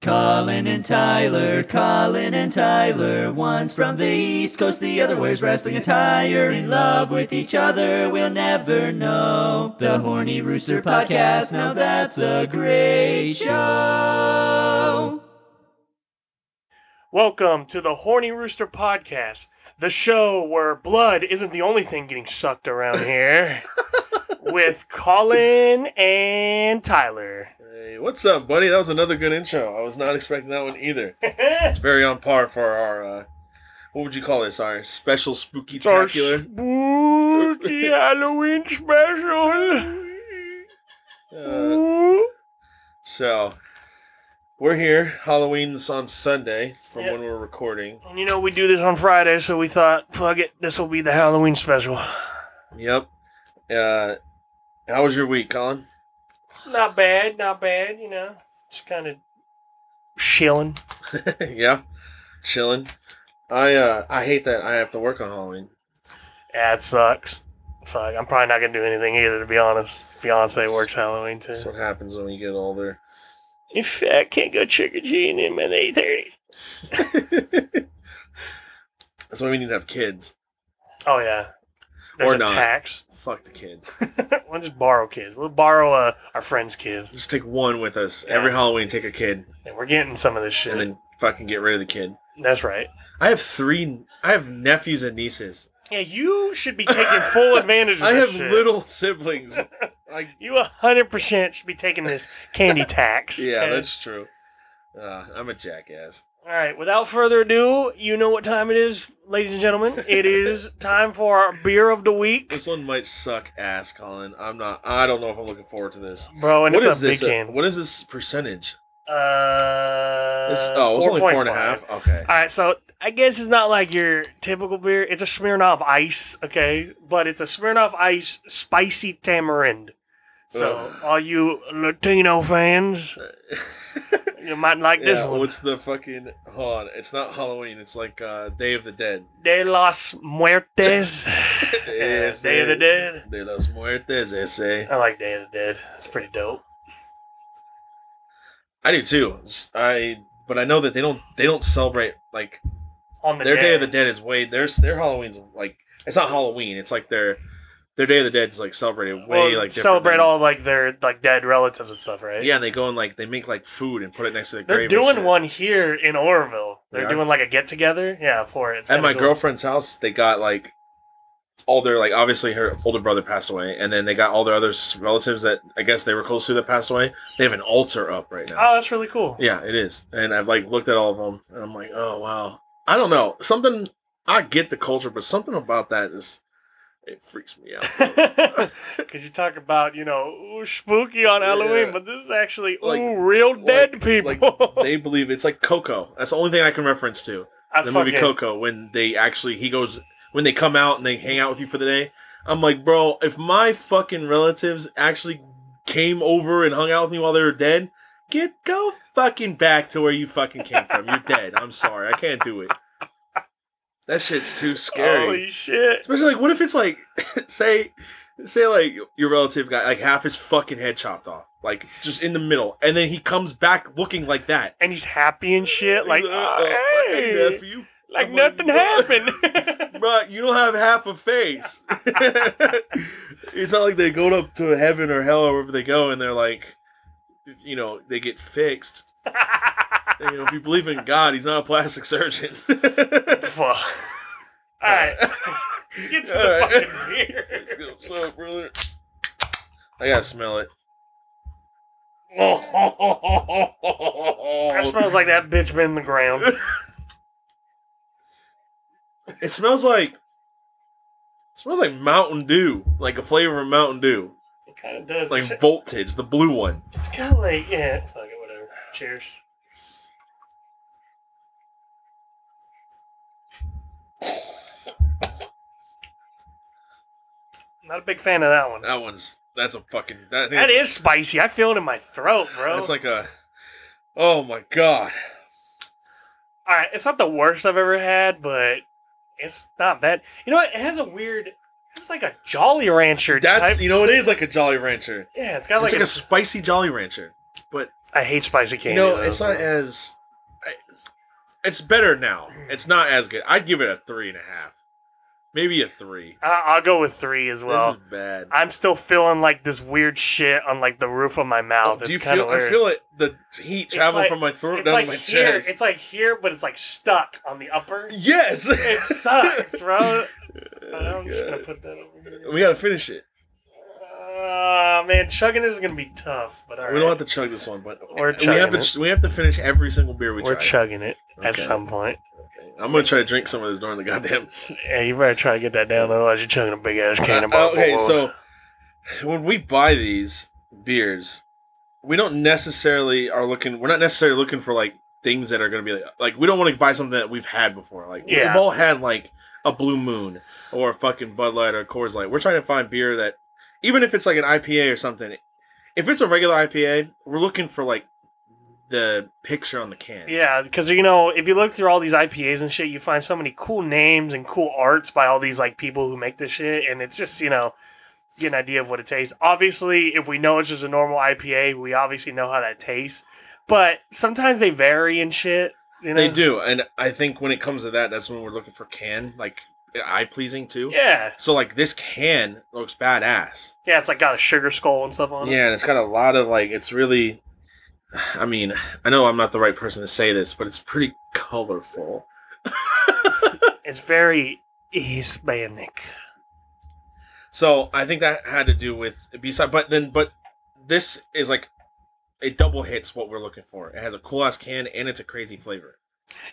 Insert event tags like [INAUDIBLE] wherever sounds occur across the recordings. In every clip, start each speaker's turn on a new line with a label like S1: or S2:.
S1: Colin and Tyler, Colin and Tyler. One's from the East Coast, the other wears wrestling attire. In love with each other, we'll never know. The Horny Rooster Podcast, now that's a great show.
S2: Welcome to the Horny Rooster Podcast, the show where blood isn't the only thing getting sucked around here, with Colin and Tyler.
S3: Hey, what's up, buddy? That was another good intro. I was not expecting that one either. it's very on par for our uh, what would you call this? Our special spooky
S2: It's our
S3: tacular. [LAUGHS]
S2: spooky Halloween special.
S3: Uh,
S2: Ooh.
S3: so we're here. Halloween's on Sunday from
S2: Yep.
S3: when we're recording.
S2: And you know, we do this on Friday, so we thought, fuck it, this will be the Halloween special.
S3: Yep. Uh, how was your week, Colin? [LAUGHS]
S2: Not bad, not bad, you know. Just kind of chilling.
S3: yeah, chilling. I uh, I hate that I have to work on Halloween.
S2: Yeah, it sucks. Fuck, I'm probably not gonna do anything either. To be honest, fiance works Halloween
S3: That's
S2: too.
S3: what happens when we get older.
S2: If I can't go trick or treating in my late thirties.
S3: That's why we need to have kids.
S2: Oh yeah, there's
S3: Or
S2: a
S3: not.
S2: tax. [LAUGHS]
S3: Fuck the kids.
S2: we'll just borrow kids. We'll borrow uh, our friends' kids,
S3: Just take one with us
S2: Yeah.
S3: every Halloween. Take a kid
S2: and we're getting some of this shit.
S3: and then fucking get rid of the kid.
S2: That's right.
S3: I have three. I have nephews and nieces.
S2: Yeah, you should be taking
S3: [LAUGHS]
S2: full advantage of
S3: I
S2: this
S3: have
S2: shit.
S3: little
S2: [LAUGHS]
S3: siblings. I,
S2: You 100% should be taking this
S3: [LAUGHS]
S2: candy tax.
S3: yeah,
S2: okay?
S3: that's true. Uh, I'm a jackass.
S2: All right, without further ado, you know what time it is, ladies and gentlemen. It is time for our beer of the week.
S3: This one might suck ass, Colin. I'm not. I don't know if I'm looking forward to this.
S2: Bro, and
S3: What
S2: it's
S3: is
S2: a big
S3: this? uh,
S2: can.
S3: what is this percentage?
S2: Uh,
S3: This, oh, it's only four and a
S2: 4.5.
S3: half. Okay.
S2: All right, so I guess it's not like your typical beer. It's a Smirnoff Ice, okay? But it's a Smirnoff Ice Spicy Tamarind. So,
S3: Ugh.
S2: all you Latino fans,
S3: [LAUGHS]
S2: you might like this
S3: yeah,
S2: one.
S3: what's the fucking? Hold on. It's not Halloween. It's like uh, Day of the Dead.
S2: De los Muertes. [LAUGHS] Yeah,
S3: Ese-
S2: Day of the Dead.
S3: De los Muertes. Ese.
S2: I like Day of the Dead. It's pretty dope.
S3: I do too. Just- I but I know that they don't they don't celebrate like
S2: On the
S3: their Day of the Dead is way their their Halloween's like it's not Halloween. It's like their their Day of the Dead is like celebrated way
S2: Well,
S3: like different
S2: celebrate
S3: than-
S2: all like their like dead relatives and stuff, right?
S3: Yeah, and they go and like they make like food and put it next to the
S2: They're
S3: grave. and
S2: doing
S3: shit.
S2: one here in Oroville. They're
S3: They are?
S2: doing like a get together. Yeah, for it. It's
S3: at
S2: kinda
S3: my
S2: cool.
S3: girlfriend's house. They got like all their like obviously her older brother passed away, and then they got all their other s- relatives that I guess they were close to that passed away. They have an altar up right now.
S2: Oh, that's really cool. [LAUGHS]
S3: Yeah, it is. And I've like looked at all of them, and I'm like, oh wow. I don't know. Something I get the culture, but something about that is it freaks
S2: [LAUGHS]
S3: me out.
S2: Because you talk about you know ooh, spooky on Halloween,
S3: Yeah.
S2: but this is actually ooh,
S3: Like-
S2: real dead people.
S3: like, they believe it's like Coco. That's the only thing I can reference to
S2: I
S3: the
S2: [LAUGHS]
S3: movie
S2: fucking-
S3: Coco when they actually he goes when they come out and they hang out with you for the day. I'm like, bro, if my fucking relatives actually came over and hung out with me while they were dead, get go fucking back to where you fucking came from. You're dead. I'm sorry, I can't do it. That shit's too scary.
S2: Holy shit!
S3: Especially like, what if it's like, [LAUGHS] say, say like your relative got like half his fucking head chopped off, like just in the middle, and then he comes back looking like that,
S2: And he's happy and shit. Like,
S3: Uh,
S2: "Oh,
S3: uh,
S2: hey,
S3: fucking nephew,
S2: like
S3: I'm like,
S2: nothing
S3: "Bro."
S2: happened.
S3: bro, you don't have half a face. [LAUGHS] it's not like they go up to heaven or hell or wherever they go, and they're like, you know, they get fixed. And, you know, if you believe in God, he's not a plastic
S2: [LAUGHS]
S3: surgeon. [LAUGHS]
S2: Fuck. All right, get to the
S3: All right.
S2: fucking beer.
S3: [LAUGHS] Let's go. What's up, brother? I gotta smell it. Oh.
S2: That smells like that bitch been in the
S3: [LAUGHS]
S2: ground.
S3: It smells like it smells like Mountain Dew, like a flavor of Mountain Dew,
S2: It kind of does.
S3: It's like
S2: It's,
S3: Voltage, the blue one.
S2: it's kind of like yeah. Fuck it, whatever. Cheers. Not a big fan of that one.
S3: That one's that's a fucking that,
S2: That is spicy. I feel it in my throat, bro.
S3: that's like a oh my god.
S2: all right, it's not the worst I've ever had, but it's not bad. You know what? It has a weird. It's like a Jolly Rancher.
S3: That's
S2: type
S3: you know it is like a Jolly Rancher.
S2: Yeah, it's got like,
S3: it's like a
S2: a,
S3: spicy Jolly Rancher, but
S2: I hate spicy candy.
S3: no,
S2: though,
S3: it's
S2: so-
S3: not as. I, it's better now. It's not as good. I'd give it a three and a half, maybe a three.
S2: I- I'll go with three as well.
S3: this is bad.
S2: I'm still feeling like this weird shit on like the roof of my mouth.
S3: Oh, Do
S2: It's
S3: you
S2: kind
S3: feel?
S2: of Oh, weird.
S3: I feel it. The heat traveling
S2: like-
S3: from my throat
S2: it's
S3: down
S2: like
S3: to my
S2: here.
S3: chest.
S2: It's like here, but it's like stuck on the upper.
S3: yes. [LAUGHS]
S2: It sucks, bro. Uh, I'm just gonna
S3: Oh God.
S2: put that over here.
S3: we gotta finish it.
S2: Uh, man, chugging this is gonna be tough, but all right.
S3: we don't have to chug this one, but
S2: We're
S3: we have
S2: chugging
S3: to. We have to finish every single beer we
S2: We're
S3: try.
S2: chugging it at
S3: Okay.
S2: some point.
S3: I'm gonna try to drink some of this during the goddamn.
S2: Yeah, you better try to get that down, otherwise you're chugging a big ass can
S3: [LAUGHS]
S2: of
S3: Uh,
S2: Bubble.
S3: okay, so when we buy these beers, we don't necessarily are looking. We're not necessarily looking for like things that are gonna be like, like we don't want to buy something that we've had before. Like
S2: Yeah.
S3: we've all had like a Blue Moon or a fucking Bud Light or a Coors Light. We're trying to find beer that, even if it's like an IPA or something, if it's a regular IPA, we're looking for like the picture on the can.
S2: Yeah, because you know, if you look through all these IPAs and shit, you find so many cool names and cool arts by all these like people who make this shit, and it's just you know, get an idea of what it tastes. Obviously, if we know it's just a normal IPA, we obviously know how that tastes. But sometimes they vary and shit. You know?
S3: They do, and I think when it comes to that, that's when we're looking for can like eye pleasing too.
S2: Yeah,
S3: So like this can looks badass.
S2: yeah. It's like got a sugar skull and stuff on it.
S3: Yeah, and it's got a lot of like it's really I mean, I know I'm not the right person to say this, but it's pretty colorful.
S2: It's very Hispanic.
S3: So I think that had to do with B side, but then but this is like it double hits what we're looking for. It has a cool ass can and it's a crazy flavor.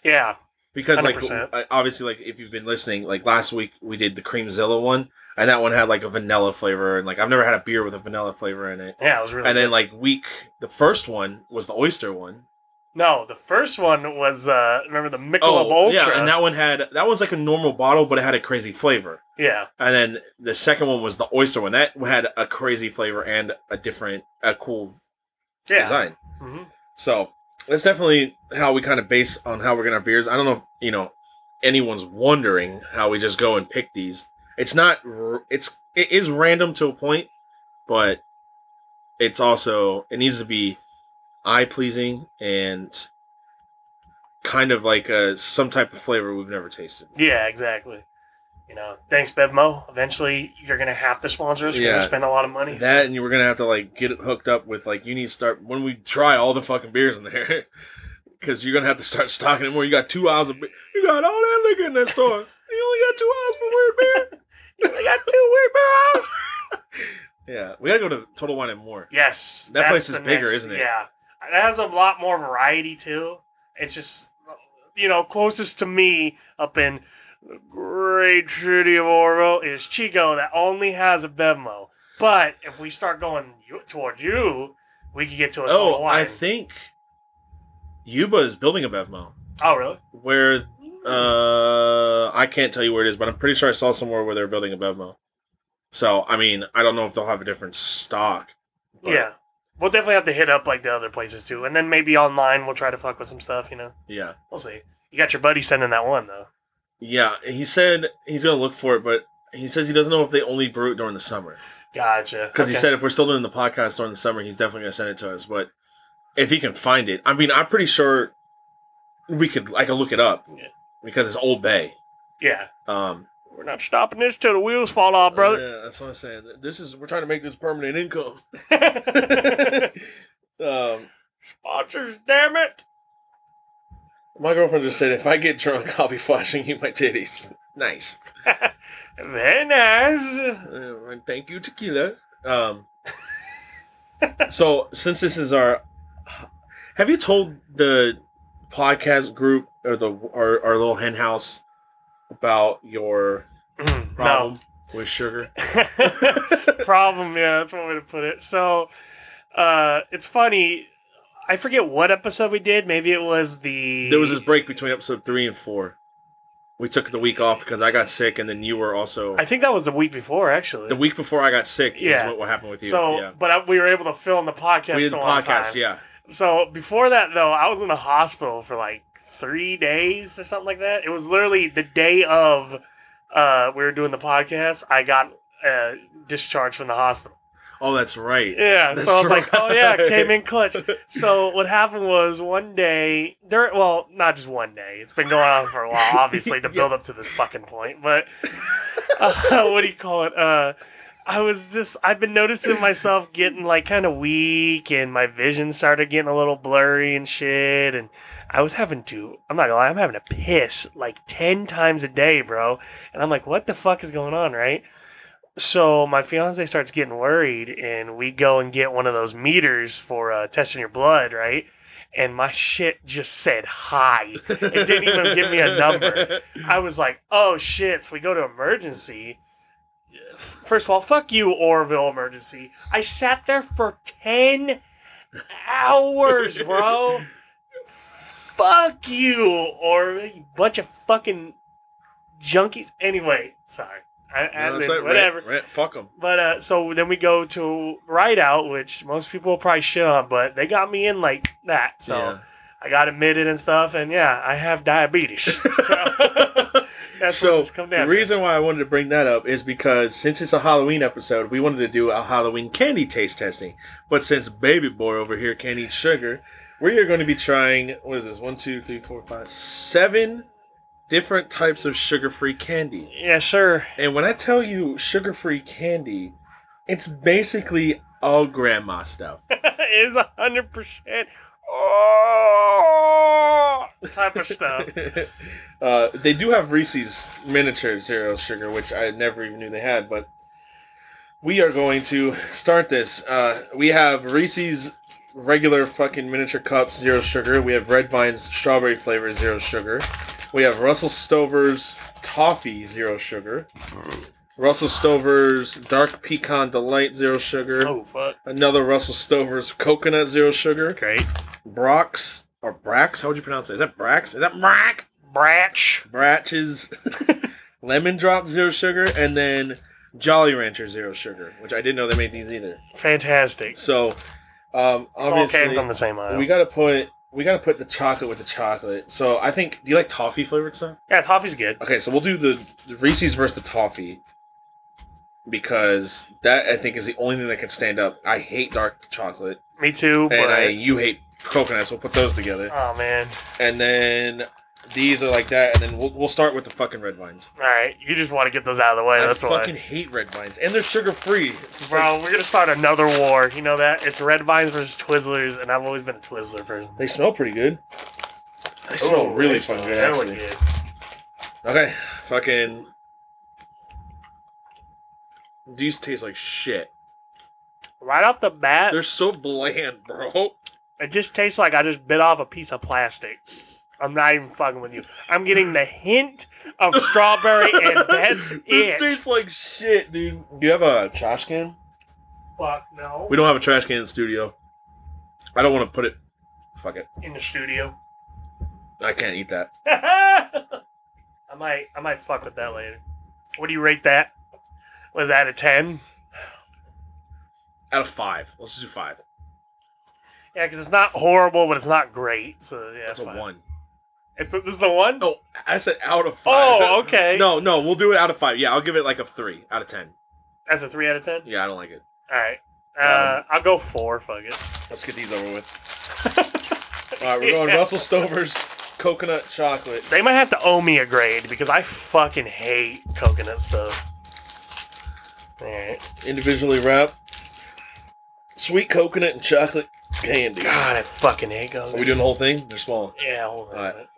S2: Yeah,
S3: because like
S2: 100%.
S3: I- obviously like if you've been listening like last week we did the creamzilla one and that one had like a vanilla flavor and like i've never had a beer with a vanilla flavor in it
S2: yeah. It was really.
S3: and then like week the first one was the oyster one.
S2: no, the first one was uh remember the Michelob
S3: Oh,
S2: Ultra.
S3: yeah and that one had that one's like a normal bottle but it had a crazy flavor
S2: yeah,
S3: and then the second one was the oyster one that had a crazy flavor and a different a cool
S2: yeah.
S3: design
S2: hmm
S3: So that's definitely how we kind of base on how we're gonna have beers. I don't know if you know anyone's wondering how we just go and pick these. It's not. r- It's it is random to a point, but it's also it needs to be eye pleasing and kind of like a, some type of flavor we've never tasted.
S2: Yeah, exactly. You know, thanks Bevmo. Eventually, you're gonna have to sponsor us. You're
S3: Yeah.
S2: gonna spend a lot of money. [LAUGHS]
S3: That and you were gonna have to like get it hooked up with like you need to start when we try all the fucking beers in there, [LAUGHS] because you're gonna have to start stocking it more. You got two hours of beer. You got all that liquor in that store. [LAUGHS] You only got two hours for weird beer.
S2: you only got two weird barrels.
S3: Yeah, we gotta go to Total Wine and More.
S2: Yes,
S3: That
S2: that's
S3: place is
S2: the
S3: bigger,
S2: next-
S3: isn't it?
S2: Yeah, that has a lot more variety too. It's just you know closest to me up in the great city of Orville is Chico that only has a Bevmo. But if we start going you- towards you, we could get to a total
S3: Oh,
S2: wine.
S3: I think Yuba is building a Bevmo
S2: oh, really?
S3: where uh I can't tell you where it is, but I'm pretty sure I saw somewhere where they're building a Bevmo. So I mean, I don't know if they'll have a different stock. but-
S2: Yeah. We'll definitely have to hit up like the other places too, and then maybe online we'll try to fuck with some stuff. You know,
S3: Yeah.
S2: we'll see. You got your buddy sending that one though.
S3: Yeah, he said he's gonna look for it, but he says he doesn't know if they only brew it during the summer.
S2: Gotcha.
S3: Because he
S2: Okay.
S3: said if we're still doing the podcast during the summer, he's definitely gonna send it to us. But if he can find it, I mean, I'm pretty sure we could. I could look it up
S2: Yeah.
S3: because it's Old Bay.
S2: "Yeah,
S3: Um,
S2: we're not stopping this till the wheels fall off, brother."
S3: Yeah, that's what I'm saying. This is we're trying to make this permanent
S2: [LAUGHS]
S3: income. um,
S2: Sponsors, damn it!
S3: my girlfriend just said if I get drunk, I'll be [LAUGHS] flashing you my titties. nice.
S2: Very nice.
S3: Uh, and thank you, tequila. Um, so since this is our, have you told the podcast group or the our, our little hen house about your
S2: Mm, [CLEARS THROAT] no,
S3: problem with sugar?
S2: [LAUGHS] problem. Yeah, that's one way to put it. So, uh, it's funny. I forget what episode we did. Maybe it was the
S3: There was this break between episode three and four. We took the week off because I got sick, and then you were also
S2: I think that was the week before, actually.
S3: the week before I got sick.
S2: Yeah.
S3: is what, what happened with you.
S2: So,
S3: yeah.
S2: but I, we were able to film the podcast.
S3: we did
S2: the
S3: the
S2: one
S3: podcast.
S2: time.
S3: Yeah,
S2: So before that, though, I was in the hospital for like three days or something like that. It was literally the day of uh, we were doing the podcast. I got uh, discharged from the hospital.
S3: Oh, that's right.
S2: Yeah,
S3: That's
S2: so I was like, oh yeah,
S3: right.
S2: came in clutch. So what happened was one day, there, well, not just one day. It's been going on for a
S3: [LAUGHS]
S2: while, obviously, to
S3: Yeah.
S2: build up to this fucking point. But uh, [LAUGHS] what do you call it? Uh, I was just, I've been noticing myself getting like kind of weak, and my vision started getting a little blurry and shit. And I was having to, I'm not gonna lie, I'm having to piss like ten times a day, bro. And I'm like, what the fuck is going on, right? So my fiance starts getting worried, and we go and get one of those meters for uh, testing your blood, right? And my shit just said
S3: [LAUGHS]
S2: high. It didn't even give me a number. I was like, oh shit. So we go to emergency. First of all, fuck you, Orville emergency. I sat there for 10 hours, bro. fuck you, Orville. You bunch of fucking junkies. Anyway, sorry. I, I
S3: No, that's right.
S2: whatever.
S3: Rant, rant, fuck them.
S2: But uh, so then we go to Ride Out, which most people will probably shit on, but they got me in like that. So I got admitted and stuff. And yeah, I have diabetes.
S3: [LAUGHS]
S2: [LAUGHS] So that's
S3: so
S2: what it's come down
S3: the reason why I wanted to bring that up is because since it's a Halloween episode, we wanted to do a Halloween candy taste testing. But since Baby Boy over here can't eat sugar, we are going to be trying what is this? One, two, three, four, five, seven different types of sugar-free candy.
S2: to. Yeah, [LAUGHS] sure.
S3: And when I tell you sugar-free candy, it's basically all grandma stuff.
S2: it is 100%. Oh, type of
S3: [LAUGHS]
S2: stuff.
S3: uh, they do have Reese's miniature zero sugar, which I never even knew they had. But we are going to start this. Uh, we have Reese's regular fucking miniature cups zero sugar. We have Red Vine's strawberry flavor zero sugar. We have Russell Stover's toffee zero sugar. Russell Stover's dark pecan delight zero sugar.
S2: oh, fuck.
S3: Another Russell Stover's coconut zero sugar.
S2: Great.
S3: Brock's or Brax? How would you pronounce it? Is that Brax? Is that Brack?
S2: Bratch.
S3: Bratch's lemon drop zero sugar, and then Jolly Rancher zero sugar, which I didn't know they made these either.
S2: Fantastic.
S3: So um,
S2: It all came
S3: obviously,
S2: from the same aisle.
S3: we gotta put we gotta put the chocolate with the chocolate. So I think do you like toffee flavored stuff?
S2: yeah, toffee's good.
S3: Okay, so we'll do the, the Reese's versus the toffee because that I think is the only thing that can stand up. I hate dark chocolate,
S2: Me too,
S3: and
S2: but.
S3: I you hate coconuts. We'll put those together,
S2: Oh, man.
S3: and then. These are like that, and then we'll, we'll start with the fucking red wines.
S2: All right. You just want to get those out of the way.
S3: I
S2: that's why.
S3: fucking hate red wines, and they're sugar free.
S2: Bro, we're gonna start another war. You know that? It's Red Vines versus Twizzlers, and I've always been a Twizzler person.
S3: they smell pretty good. They smell really fucking good,
S2: They're really
S3: actually.
S2: good.
S3: Okay, fucking. These taste like shit.
S2: Right off the bat,
S3: They're so bland, bro. [LAUGHS]
S2: it just tastes like I just bit off a piece of plastic. I'm not even fucking with you. I'm getting the hint of strawberry, and
S3: [LAUGHS]
S2: that's
S3: this
S2: it.
S3: tastes like shit, dude. Do you have a trash can?
S2: Fuck no.
S3: We don't have a trash can in the studio. I don't want to put it. Fuck it.
S2: In the studio. [LAUGHS]
S3: I can't eat that.
S2: I might, I might fuck with that later. What do you rate that? Was that a ten?
S3: Out of five, let's do five.
S2: Yeah, because it's not horrible, but it's not great. So yeah,
S3: That's a
S2: fine.
S3: one.
S2: It's this is the one.
S3: No, I said out of five. [LAUGHS]
S2: Oh, okay.
S3: No, no, we'll do it out of five. Yeah, I'll give it like a three out of ten.
S2: That's a three out of ten.
S3: Yeah, I don't like it.
S2: All right. Uh,
S3: Um,
S2: I'll go four. Fuck it.
S3: Let's get these over with. [LAUGHS] All right, we're going Russell Stover's coconut chocolate.
S2: They might have to owe me a grade because I fucking hate coconut stuff. All right.
S3: Individually wrapped. Sweet coconut and chocolate candy. Are
S2: God, I fucking hate coconut.
S3: we doing the whole thing? They're small.
S2: yeah, hold on. a
S3: All right.
S2: minute.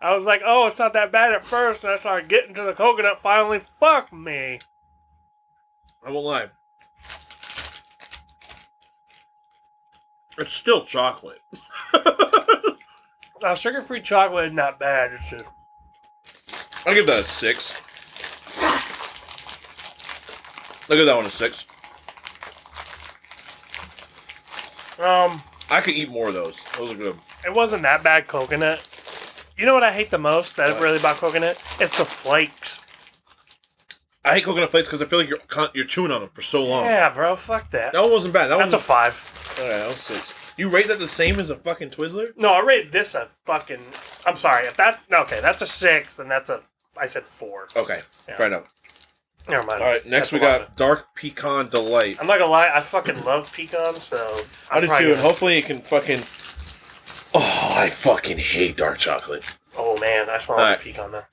S2: I was like, oh, it's not that bad at first, and I started getting to the coconut. Finally, fuck me.
S3: I won't lie. It's still chocolate.
S2: Now, sugar-free chocolate is not bad. It's just
S3: I'll give that a six. I'll give that one a six.
S2: um.
S3: I could eat more of those. Those are good.
S2: It wasn't that bad coconut. You know what I hate the most that
S3: What?
S2: really about coconut? It's the flakes.
S3: I hate coconut flakes because I feel like you're con- you're chewing on them for so long.
S2: Yeah, bro, fuck that.
S3: That one wasn't bad. That
S2: That's a
S3: one's
S2: five.
S3: all right. That was six. You rate that the same as a fucking Twizzler?
S2: No, I rated this a fucking. I'm sorry. If that's no, okay, that's a six, then that's a. I said four.
S3: Okay,
S2: Yeah.
S3: right up.
S2: Never mind.
S3: All right, next
S2: That's
S3: we
S2: a lot of
S3: got Dark Pecan Delight.
S2: it. I'm not gonna lie. I fucking love pecans, so.
S3: I
S2: I'm probably
S3: do too, and
S2: gonna-
S3: hopefully it can fucking. Oh, I fucking hate dark chocolate.
S2: Oh man, I smell
S3: All
S2: like
S3: right.
S2: a pecan now.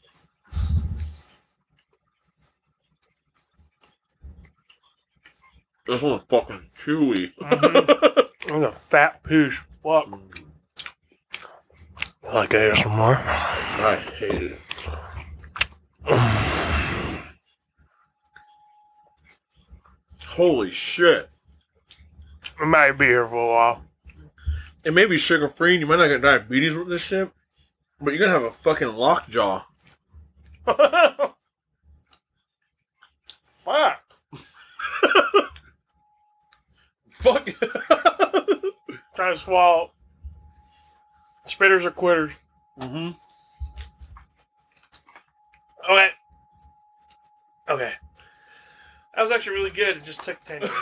S3: This one's fucking chewy.
S2: It was a fat poosh. Fuck. I like ASMR.
S3: [SIGHS] I hate it. [SIGHS] Holy shit.
S2: It might be here for a while.
S3: It may be sugar free and you might not get diabetes with this shit, but you're gonna have a fucking lockjaw.
S2: Fuck.
S3: Fuck. [LAUGHS]
S2: Trying to swallow. Spitters or quitters.
S3: mm-hmm.
S2: Okay. Okay. That was actually really good. It just took 10 minutes.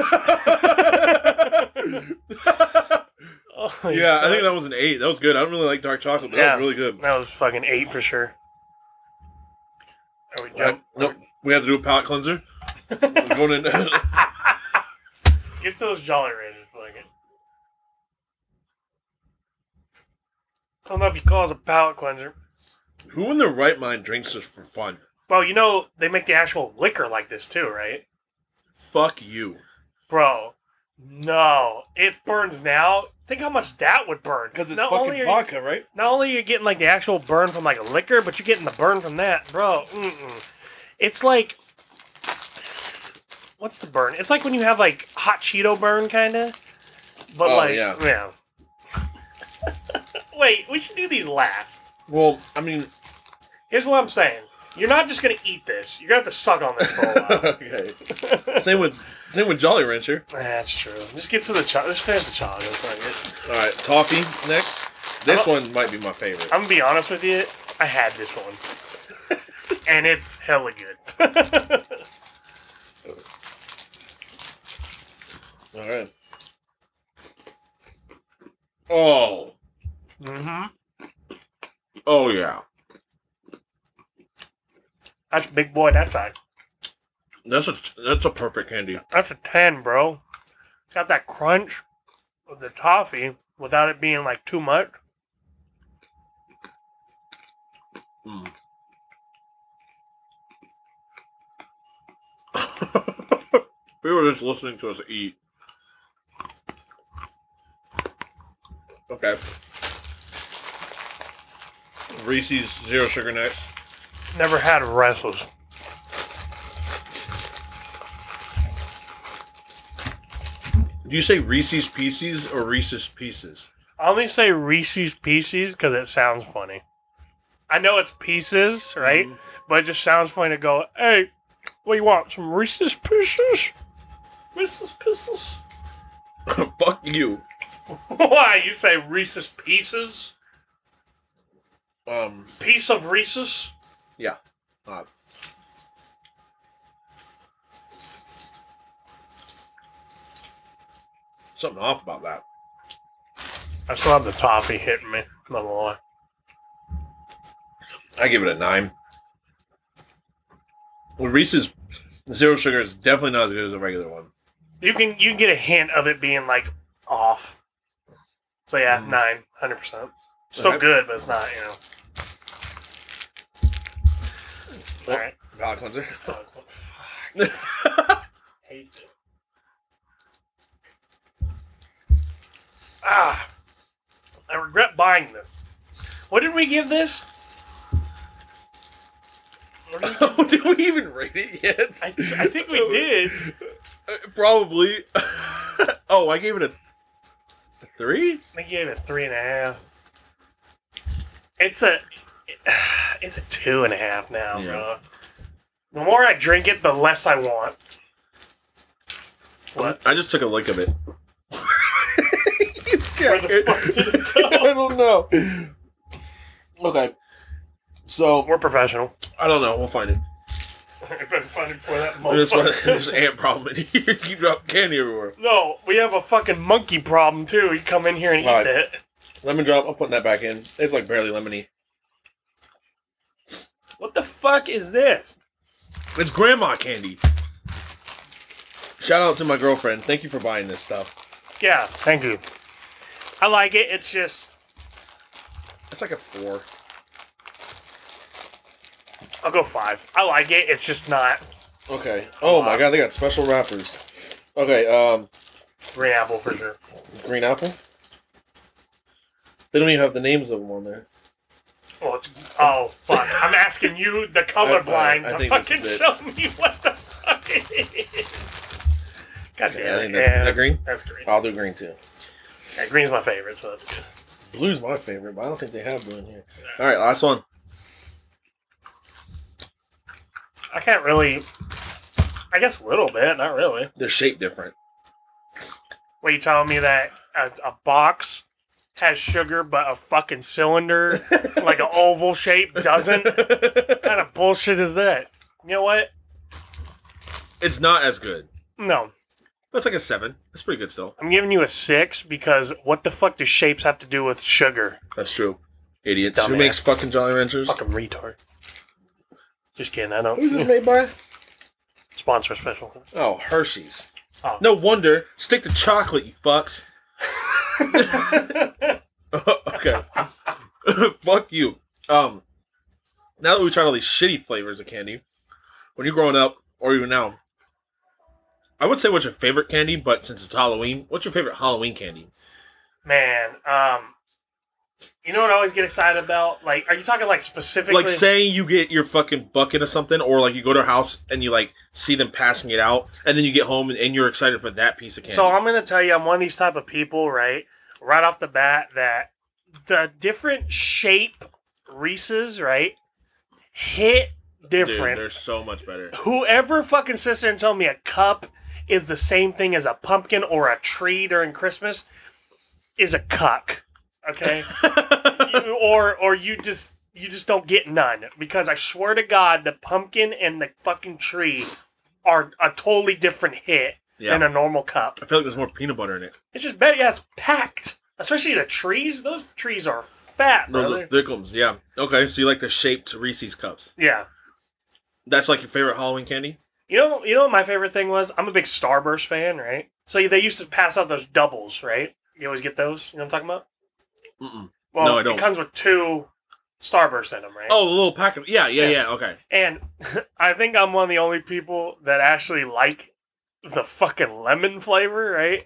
S3: Mm-hmm. [LAUGHS]
S2: Oh,
S3: yeah, I think that was an eight. That was good. I don't really like dark chocolate, but
S2: Yeah.
S3: that was really good.
S2: That was fucking eight for sure. Are we
S3: Right.
S2: jump?
S3: Nope. We had to do a
S2: [LAUGHS]
S3: palate cleanser. We're going in. [LAUGHS]
S2: Get to those Jolly Ranchers, fucking. I don't know if you call it a palate cleanser.
S3: Who in their right mind drinks this for fun?
S2: Well, you know they make the actual liquor like this too, right?
S3: Fuck you.
S2: Bro, no, it burns now. Think how much that would burn.
S3: Because it's
S2: Not
S3: fucking
S2: only are you-
S3: vodka, right?
S2: not only are you getting like the actual burn from like a liquor, but you're getting the burn from that, bro. Mm-mm. It's like what's the burn? It's like when you have like hot Cheeto burn, kind of. But
S3: Oh,
S2: like,
S3: yeah.
S2: yeah. [LAUGHS] Wait, we should do these last.
S3: Well, I mean, [LAUGHS]
S2: Here's what I'm saying: you're not just gonna eat this. You're gonna have to suck on this for a while.
S3: [LAUGHS] okay. same with same with Jolly Rancher.
S2: That's true. Just get to the chocolate. Just finish the chocolate. It's not good.
S3: All right, toffee next. This
S2: I'm-
S3: one might be my favorite.
S2: I'm gonna be honest with you. I had this one, and it's hella good. [LAUGHS]
S3: All right. Oh,
S2: mm-hmm.
S3: oh yeah.
S2: That's big boy. That's a
S3: That's a that's a perfect candy.
S2: that's a ten, bro. It's got that crunch of the toffee without it being like too much.
S3: Mm. we were just listening to us eat. Okay. Reese's zero sugar next.
S2: Never had restless.
S3: Do you say Reese's Pieces or Reese's Pieces? [LAUGHS]
S2: I only say Reese's Pieces because it sounds funny. I know it's pieces, right? But it just sounds funny to go, hey, what do you want? Some Reese's Pieces? Reese's Pieces? [LAUGHS]
S3: Fuck you.
S2: Why? You say Reese's Pieces?
S3: Um.
S2: Piece of Reese's?
S3: Yeah. Uh, something off about that.
S2: I still have the toffee hitting me. Not gonna lie.
S3: I give it a nine. Well, Reese's zero sugar is definitely not as good as a regular one.
S2: You can you can get a hint of it being like off. So yeah,
S3: Mm.
S2: nine, hundred percent. Still
S3: Okay.
S2: good, but it's not, you know.
S3: Well-
S2: Alright.
S3: Palate [LAUGHS] cleanser.
S2: Fuck, what the fuck? Hate it. Ah I regret buying this. What did we give this? What did we-
S3: oh, did we even rate it yet?
S2: I, I think we did.
S3: Uh, Probably. [LAUGHS] oh, I gave it a three.
S2: I gave it three and a half. It's a, [SIGHS] it's a two and a half now,
S3: Yeah.
S2: bro. The more I drink it, the less I want. What?
S3: I just took a lick of [LAUGHS] it.
S2: Where the fuck did it go?
S3: [LAUGHS] I don't know. Okay. So
S2: We're professional. [LAUGHS]
S3: I don't know. We'll find it.
S2: I better find it for that
S3: That's why
S2: motherfucker.
S3: [LAUGHS] there's an ant problem in here. [LAUGHS] You drop candy everywhere.
S2: [LAUGHS] No, we have a fucking monkey problem too. You come in here and eat
S3: Right.
S2: that.
S3: Lemon drop. I'm putting that back in. It's like barely lemony.
S2: What the fuck is this?
S3: It's grandma candy. Shout out to my girlfriend. Thank you for buying this stuff.
S2: Yeah, thank you. I like it. It's just
S3: It's like a four.
S2: I'll go five. I like it. It's just not
S3: Okay. Oh my god, they got special wrappers. Okay. Um,
S2: green apple for sure.
S3: green apple. They don't even have the names of them on there.
S2: Oh, it's, oh fuck! I'm asking you, the colorblind,
S3: I
S2: to
S3: think
S2: fucking
S3: this is
S2: show me what the fuck it is. God
S3: Okay, I
S2: damn it! Yeah,
S3: think that's- is that
S2: that's-
S3: green? Oh.
S2: That's green.
S3: I'll do green too.
S2: Yeah, green's my favorite, so that's good.
S3: Blue's my favorite, but I don't think they have blue in here. All right, last one.
S2: I can't really. I guess a little bit, not really.
S3: They're shaped different. [LAUGHS]
S2: What you telling me that a, a box has sugar, but a fucking
S3: [LAUGHS]
S2: cylinder, like an oval shape, doesn't? what kind of bullshit is that? You know what?
S3: It's not as good.
S2: No,
S3: That's like a seven. That's pretty good still.
S2: I'm giving you a six because what the fuck do shapes have to do with sugar?
S3: That's true. Idiots. Who
S2: Dumbass.
S3: makes fucking Jolly Ranchers?
S2: Fucking retard. Just kidding. I don't
S3: Who's this made by?
S2: sponsor special.
S3: Oh, Hershey's.
S2: Oh.
S3: No wonder. Stick to chocolate,
S2: [LAUGHS]
S3: you fucks. [LAUGHS] okay. [LAUGHS] Fuck you. Um, now that we tried all these shitty flavors of candy, when you're growing up, or even now, I would say what's your favorite candy, but since it's Halloween, what's your favorite Halloween candy?
S2: Man, um, you know what I always get excited about? Like, are you talking like specifically?
S3: Like, say you get your fucking bucket of something, or like you go to a house and you like see them passing it out, and then you get home and, and you're excited for that piece of candy.
S2: So I'm gonna tell you, I'm one of these type of people, right? Right off the bat, that the different shape Reese's, right, hit
S3: Dude,
S2: different.
S3: they're so much better.
S2: Whoever fucking sits there and told me a cup is the same thing as a pumpkin or a tree during Christmas is a cuck.
S3: [LAUGHS]
S2: Okay, you, or or you just you just don't get none because I swear to God, the pumpkin and the fucking tree are a totally different hit
S3: Yeah.
S2: than a normal cup.
S3: I feel like there's more peanut butter in it.
S2: It's just better. Yeah, it's packed. Especially the trees. Those trees are fat,
S3: Those
S2: brother.
S3: are thick ones, yeah. Okay, so you like the shaped Reese's cups.
S2: yeah.
S3: That's like your favorite Halloween candy?
S2: You know, you know what my favorite thing was? I'm a big Starburst fan, right? So they used to pass out those doubles, right? You always get those. You know what I'm talking about?
S3: Mm-mm.
S2: Well,
S3: No, I don't.
S2: it comes with two Starbursts in them, right?
S3: Oh, the little pack of yeah, yeah,
S2: Yeah. [LAUGHS]
S3: yeah. okay,
S2: And I think I'm one of the only people that actually like the fucking lemon flavor, right?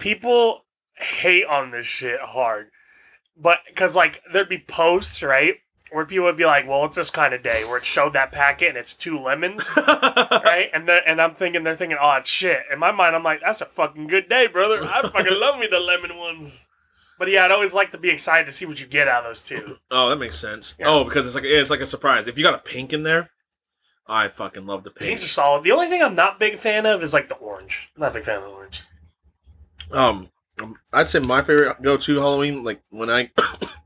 S2: People hate on this shit hard. But because, like, there'd be posts, right? Where people would be like, well, it's this kind of day where it showed that packet and it's two lemons, right? And they're- and I'm thinking, they're thinking, oh, it's shit. In my mind, I'm like, that's a fucking good day, brother. I fucking love me the lemon ones. But yeah, I'd always like to be excited to see what you get out of those
S3: [LAUGHS]
S2: two.
S3: oh, that makes sense.
S2: Yeah.
S3: Oh, because it's like yeah, it's like a surprise. If you got a pink in there, I fucking love the pink.
S2: Pinks are solid. The only thing I'm not big fan of is like the orange. I'm not a big fan of the orange.
S3: Um, I'd say my favorite go-to Halloween, like when I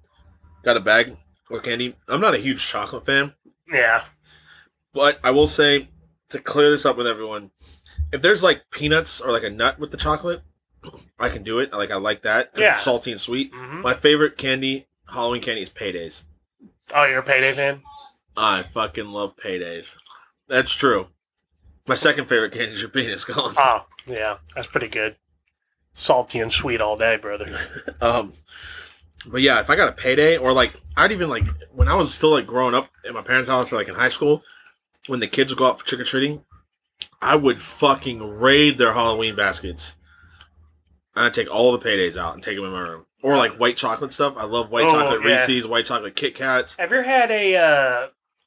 S3: [COUGHS] got a bag of candy. I'm not a huge chocolate fan,
S2: Yeah.
S3: but I will say to clear this up with everyone, if there's like peanuts or like a nut with the chocolate, [CLEARS THROAT] I can do it. Like I like that. 'cause
S2: Yeah.
S3: it's salty and sweet.
S2: hmm
S3: My favorite candy, Halloween candy, is paydays.
S2: Oh, you're a payday fan?
S3: I fucking love paydays. That's true. My second favorite candy is your penis, [LAUGHS] Colin.
S2: Oh, yeah. That's pretty good. Salty and sweet all day, brother.
S3: Um, but yeah, if I got a payday or like, I'd even like when I was still like growing up at my parents' house or like in high school, when the kids would go out for trick or treating, I would fucking raid their Halloween baskets. And I'd take all the paydays out and take them in my room. Or like white chocolate stuff. I love white
S2: Oh,
S3: chocolate
S2: yeah.
S3: Reese's, white chocolate Kit Kats,
S2: Have you ever had a uh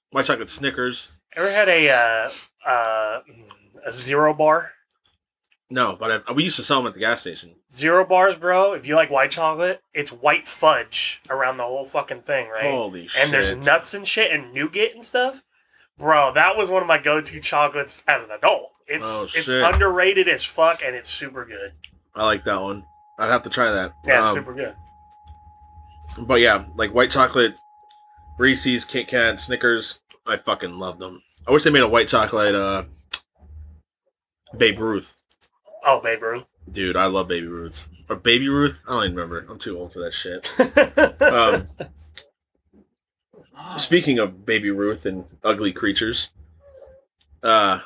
S3: white chocolate Snickers.
S2: ever had a uh uh a zero bar?
S3: No, but I, we used to sell them at the gas station.
S2: Zero bars, bro, if you like white chocolate, it's white fudge around the whole fucking thing, right?
S3: Holy shit.
S2: and there's nuts and shit and nougat and stuff. Bro, that was one of my go-to chocolates as an adult. It's
S3: Oh,
S2: it's
S3: shit.
S2: underrated as fuck and it's super good.
S3: I like that one. I'd have to try that.
S2: Yeah, it's
S3: Um,
S2: super good.
S3: But yeah, like white chocolate, Reese's, Kit Kat, Snickers. I fucking love them. I wish they made a white chocolate uh, Babe Ruth.
S2: Oh, Babe [LAUGHS] Ruth.
S3: Dude, I love Baby Ruths. Or Baby Ruth? I don't even remember. I'm too old for that shit. Um, speaking of Baby Ruth and ugly creatures, uh,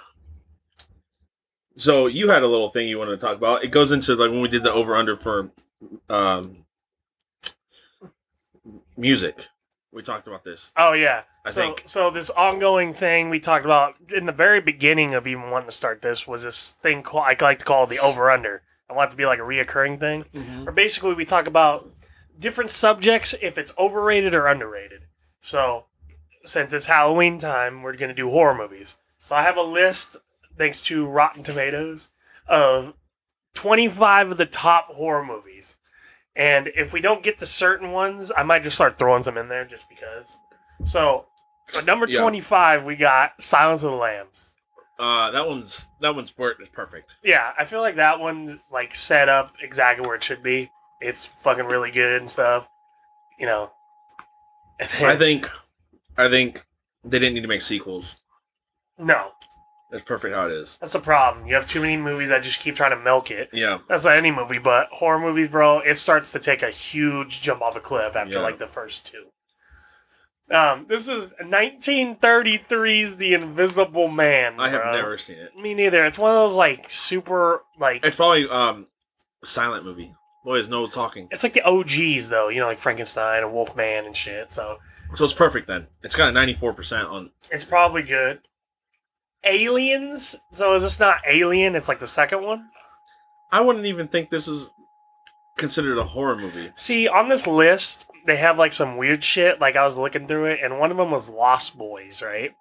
S3: so you had a little thing you wanted to talk about. It goes into like when we did the over under for um, music. We talked about this.
S2: oh yeah.
S3: I
S2: so
S3: think.
S2: so this ongoing thing we talked about in the very beginning of even wanting to start this was this thing called I like to call the over under. I want it to be like a reoccurring thing.
S3: Mm-hmm.
S2: Or basically we talk about different subjects if it's overrated or underrated. So since it's Halloween time, we're gonna do horror movies. So I have a list, thanks to Rotten Tomatoes, of twenty five of the top horror movies. And if we don't get to certain ones, I might just start throwing some in there just because. So at number
S3: Yeah.
S2: twenty five we got Silence of the Lambs.
S3: Uh, that one's that one's per- is perfect.
S2: Yeah, I feel like that one's like set up exactly where it should be. It's fucking really good and stuff. You know. [LAUGHS] And
S3: I
S2: then-
S3: think I think they didn't need to make sequels.
S2: no,
S3: That's perfect how it is.
S2: that's the problem. You have too many movies that just keep trying to milk it.
S3: Yeah.
S2: That's not any movie, but horror movies, bro, it starts to take a huge jump off a cliff after
S3: Yeah.
S2: like the first two. Um, this is 1933's The Invisible Man.
S3: I have
S2: bro.
S3: never seen it.
S2: Me neither. It's one of those like super like
S3: It's probably um a silent movie. Boy, there's no talking.
S2: it's like the OGs though, you know, like Frankenstein and Wolfman and shit. So
S3: So it's perfect then. It's got a 94% on
S2: It's probably good. Aliens? So is this not Alien? It's like the second one?
S3: I wouldn't even think this is considered a horror movie.
S2: See, on this list, they have like some weird shit. Like I was looking through it, and one of them was Lost Boys, right?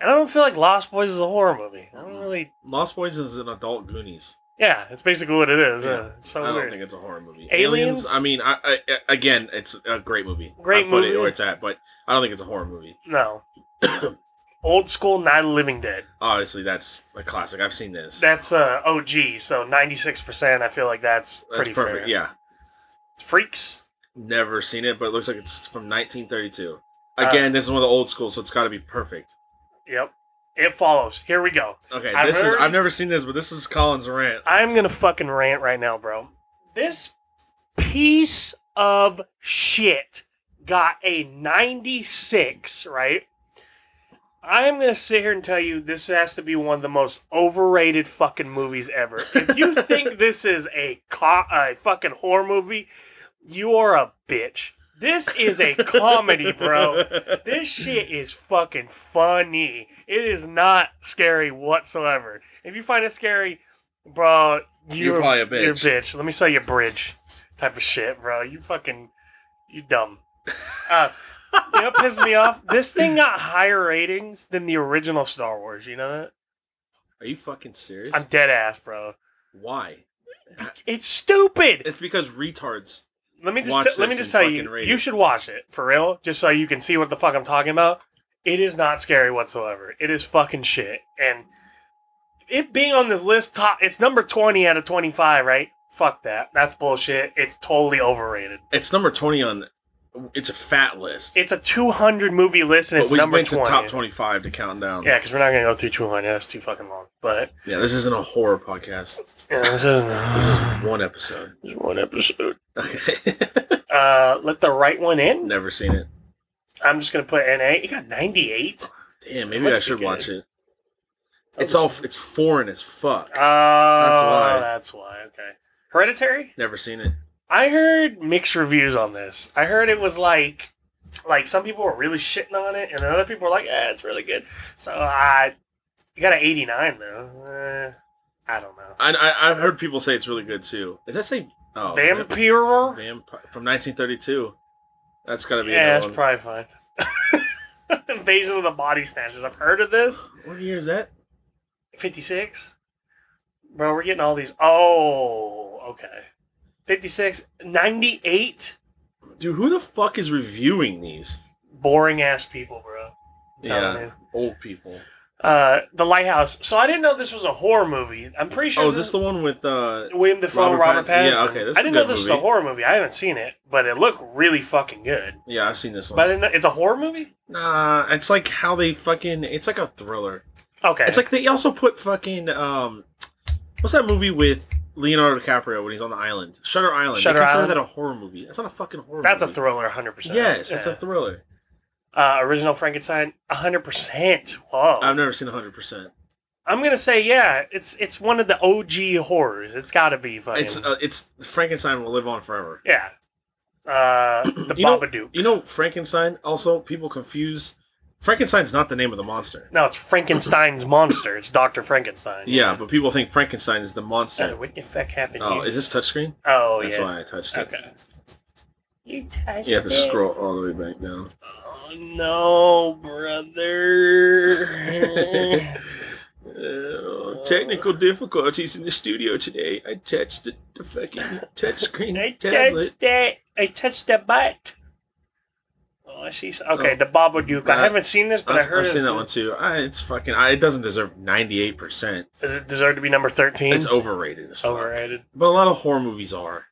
S2: And I don't feel like Lost Boys is a horror movie. I don't
S3: Mm.
S2: really.
S3: Lost Boys is an adult Goonies.
S2: Yeah, it's basically what it is.
S3: Yeah.
S2: Yeah, it's so
S3: I don't
S2: weird.
S3: think it's a horror movie.
S2: Aliens?
S3: I mean, I, I I- again, it's a great movie.
S2: Great
S3: I put
S2: movie.
S3: It where it's at, but I don't think it's a horror movie. [COUGHS]
S2: no. Old school Night of the Living Dead.
S3: Obviously, that's a classic. I've seen this.
S2: That's uh, OG, so 96%. I feel like that's
S3: that's
S2: pretty
S3: perfect.
S2: fair.
S3: Yeah,
S2: Freaks?
S3: never seen it, but it looks like it's from 1932.
S2: Uh,
S3: Again, this is one of the old school, so it's got to be perfect.
S2: Yep. It follows. Here we go.
S3: Okay,
S2: I've
S3: this is
S2: heard-
S3: I've never seen this, but this is Collins rant.
S2: I'm gonna fucking rant right now, bro. This piece of shit got a 96, right? I am gonna sit here and tell you this has to be one of the most overrated fucking movies ever. If you think this is a co- a fucking horror movie, you are a bitch. This is a comedy, bro. This shit is fucking funny. It is not scary whatsoever. If you find it scary, bro, you're,
S3: [LAUGHS] You're probably a bitch.
S2: You're a bitch. Let me sell you a bridge type of shit, bro. You fucking, you dumb. Uh, you know, what pissed me off. This thing got higher ratings than the original Star Wars. You know that?
S3: Are you fucking serious?
S2: I'm dead ass, bro.
S3: Why?
S2: It's stupid.
S3: It's because retards.
S2: Let me just
S3: Watch
S2: let me
S3: this
S2: just
S3: and
S2: tell you,
S3: fucking read
S2: you
S3: it.
S2: should watch it for real, just so you can see what the fuck I'm talking about. It is not scary whatsoever. It is fucking shit, and it being on this list top, it's number twenty out of twenty five, right? Fuck that. That's bullshit. It's totally overrated.
S3: It's number 20 on. It's a fat list.
S2: It's a two hundred movie list, and
S3: but
S2: it's
S3: we
S2: number
S3: went to
S2: twenty.
S3: top 25 to count down.
S2: Yeah, because we're not gonna go through two hundred. That's too fucking long. But
S3: Yeah, this isn't a horror podcast.
S2: yeah, this is [SIGHS]
S3: One episode.
S2: this is one episode.
S3: Okay. [LAUGHS]
S2: Uh, let the right one in.
S3: Never seen it.
S2: I'm just gonna put NA. It got ninety eight.
S3: Damn, maybe
S2: Must
S3: I
S2: be
S3: should
S2: good.
S3: watch it. It's all it's foreign as fuck.
S2: Oh, that's
S3: why.
S2: That's why. Okay. Hereditary.
S3: Never seen it.
S2: I heard mixed reviews on this. I heard it was like, like some people were really shitting on it, and then other people were like, "Yeah, it's really good." So I, you got an eighty nine though. Uh, I don't know.
S3: I, I I've heard people say it's really good too. Does that say oh vamp-
S2: Vampire.
S3: vampi- from 1932? That's gotta be.
S2: yeah,
S3: Yeah,
S2: it's probably fine. [LAUGHS] Invasion of the Body Snatchers. I've heard of this.
S3: What year is that?
S2: Fifty six. Bro, we're getting all these. Oh, okay. 56, 98.
S3: Dude, who the fuck is reviewing these?
S2: boring ass people, bro. I'm telling
S3: Yeah, old people.
S2: Uh, the Lighthouse. So I didn't know this was a horror movie. I'm pretty sure.
S3: Oh, is this the one with uh
S2: William Defoe and Robert
S3: Robert Pat- yeah,
S2: Pattinson?
S3: okay, this is
S2: I
S3: a
S2: didn't know
S3: good
S2: this was a
S3: movie.
S2: horror movie. I haven't seen it, but it looked really fucking good.
S3: Yeah, I've seen this one.
S2: But I didn't know, it's a horror movie.
S3: nah, it's like how they fucking it's like a thriller.
S2: Okay,
S3: It's like they also put fucking um what's that movie with Leonardo DiCaprio when he's on the island? Shutter Island.
S2: Shutter
S3: they consider
S2: Island?
S3: that a horror movie. That's not a fucking horror
S2: that's a
S3: movie.
S2: thriller, 100. percent
S3: Yes, it's a thriller.
S2: uh, original Frankenstein, 100. percent Whoa,
S3: I've never seen 100%.
S2: I'm gonna say yeah. It's it's one of the OG horrors. It's got to be fucking
S3: It's uh, it's Frankenstein will live on forever.
S2: yeah.
S3: [CLEARS THROAT]
S2: Uh, the
S3: You know-
S2: Babadook.
S3: You know Frankenstein also people confuse Frankenstein's not the name of the monster.
S2: no, it's Frankenstein's monster. It's Doctor Frankenstein.
S3: Yeah, but people think Frankenstein is the monster.
S2: Uh, what the fuck happened?
S3: Oh,
S2: here?
S3: is this touchscreen?
S2: oh
S3: That's
S2: yeah.
S3: why I touched it.
S2: Okay. You touched
S3: You have to
S2: it.
S3: scroll all the way
S2: [LAUGHS]
S3: back down.
S2: Oh no,
S3: [LAUGHS]
S2: brother.
S3: Uh, [LAUGHS] technical difficulties in the studio today. I touched the, the
S2: [LAUGHS]
S3: fucking
S2: I
S3: touchscreen tablet.
S2: touched that. I touched the butt. Oh, I see. Okay,
S3: Oh.
S2: the Babadook. I
S3: Uh,
S2: haven't seen this, but I,
S3: I've,
S2: heard
S3: I've seen
S2: it's
S3: that
S2: good.
S3: one too. I, it's fucking. I, it doesn't deserve ninety eight percent.
S2: Does it deserve to be number thirteen?
S3: It's overrated as fuck.
S2: overrated.
S3: But a lot of horror movies are.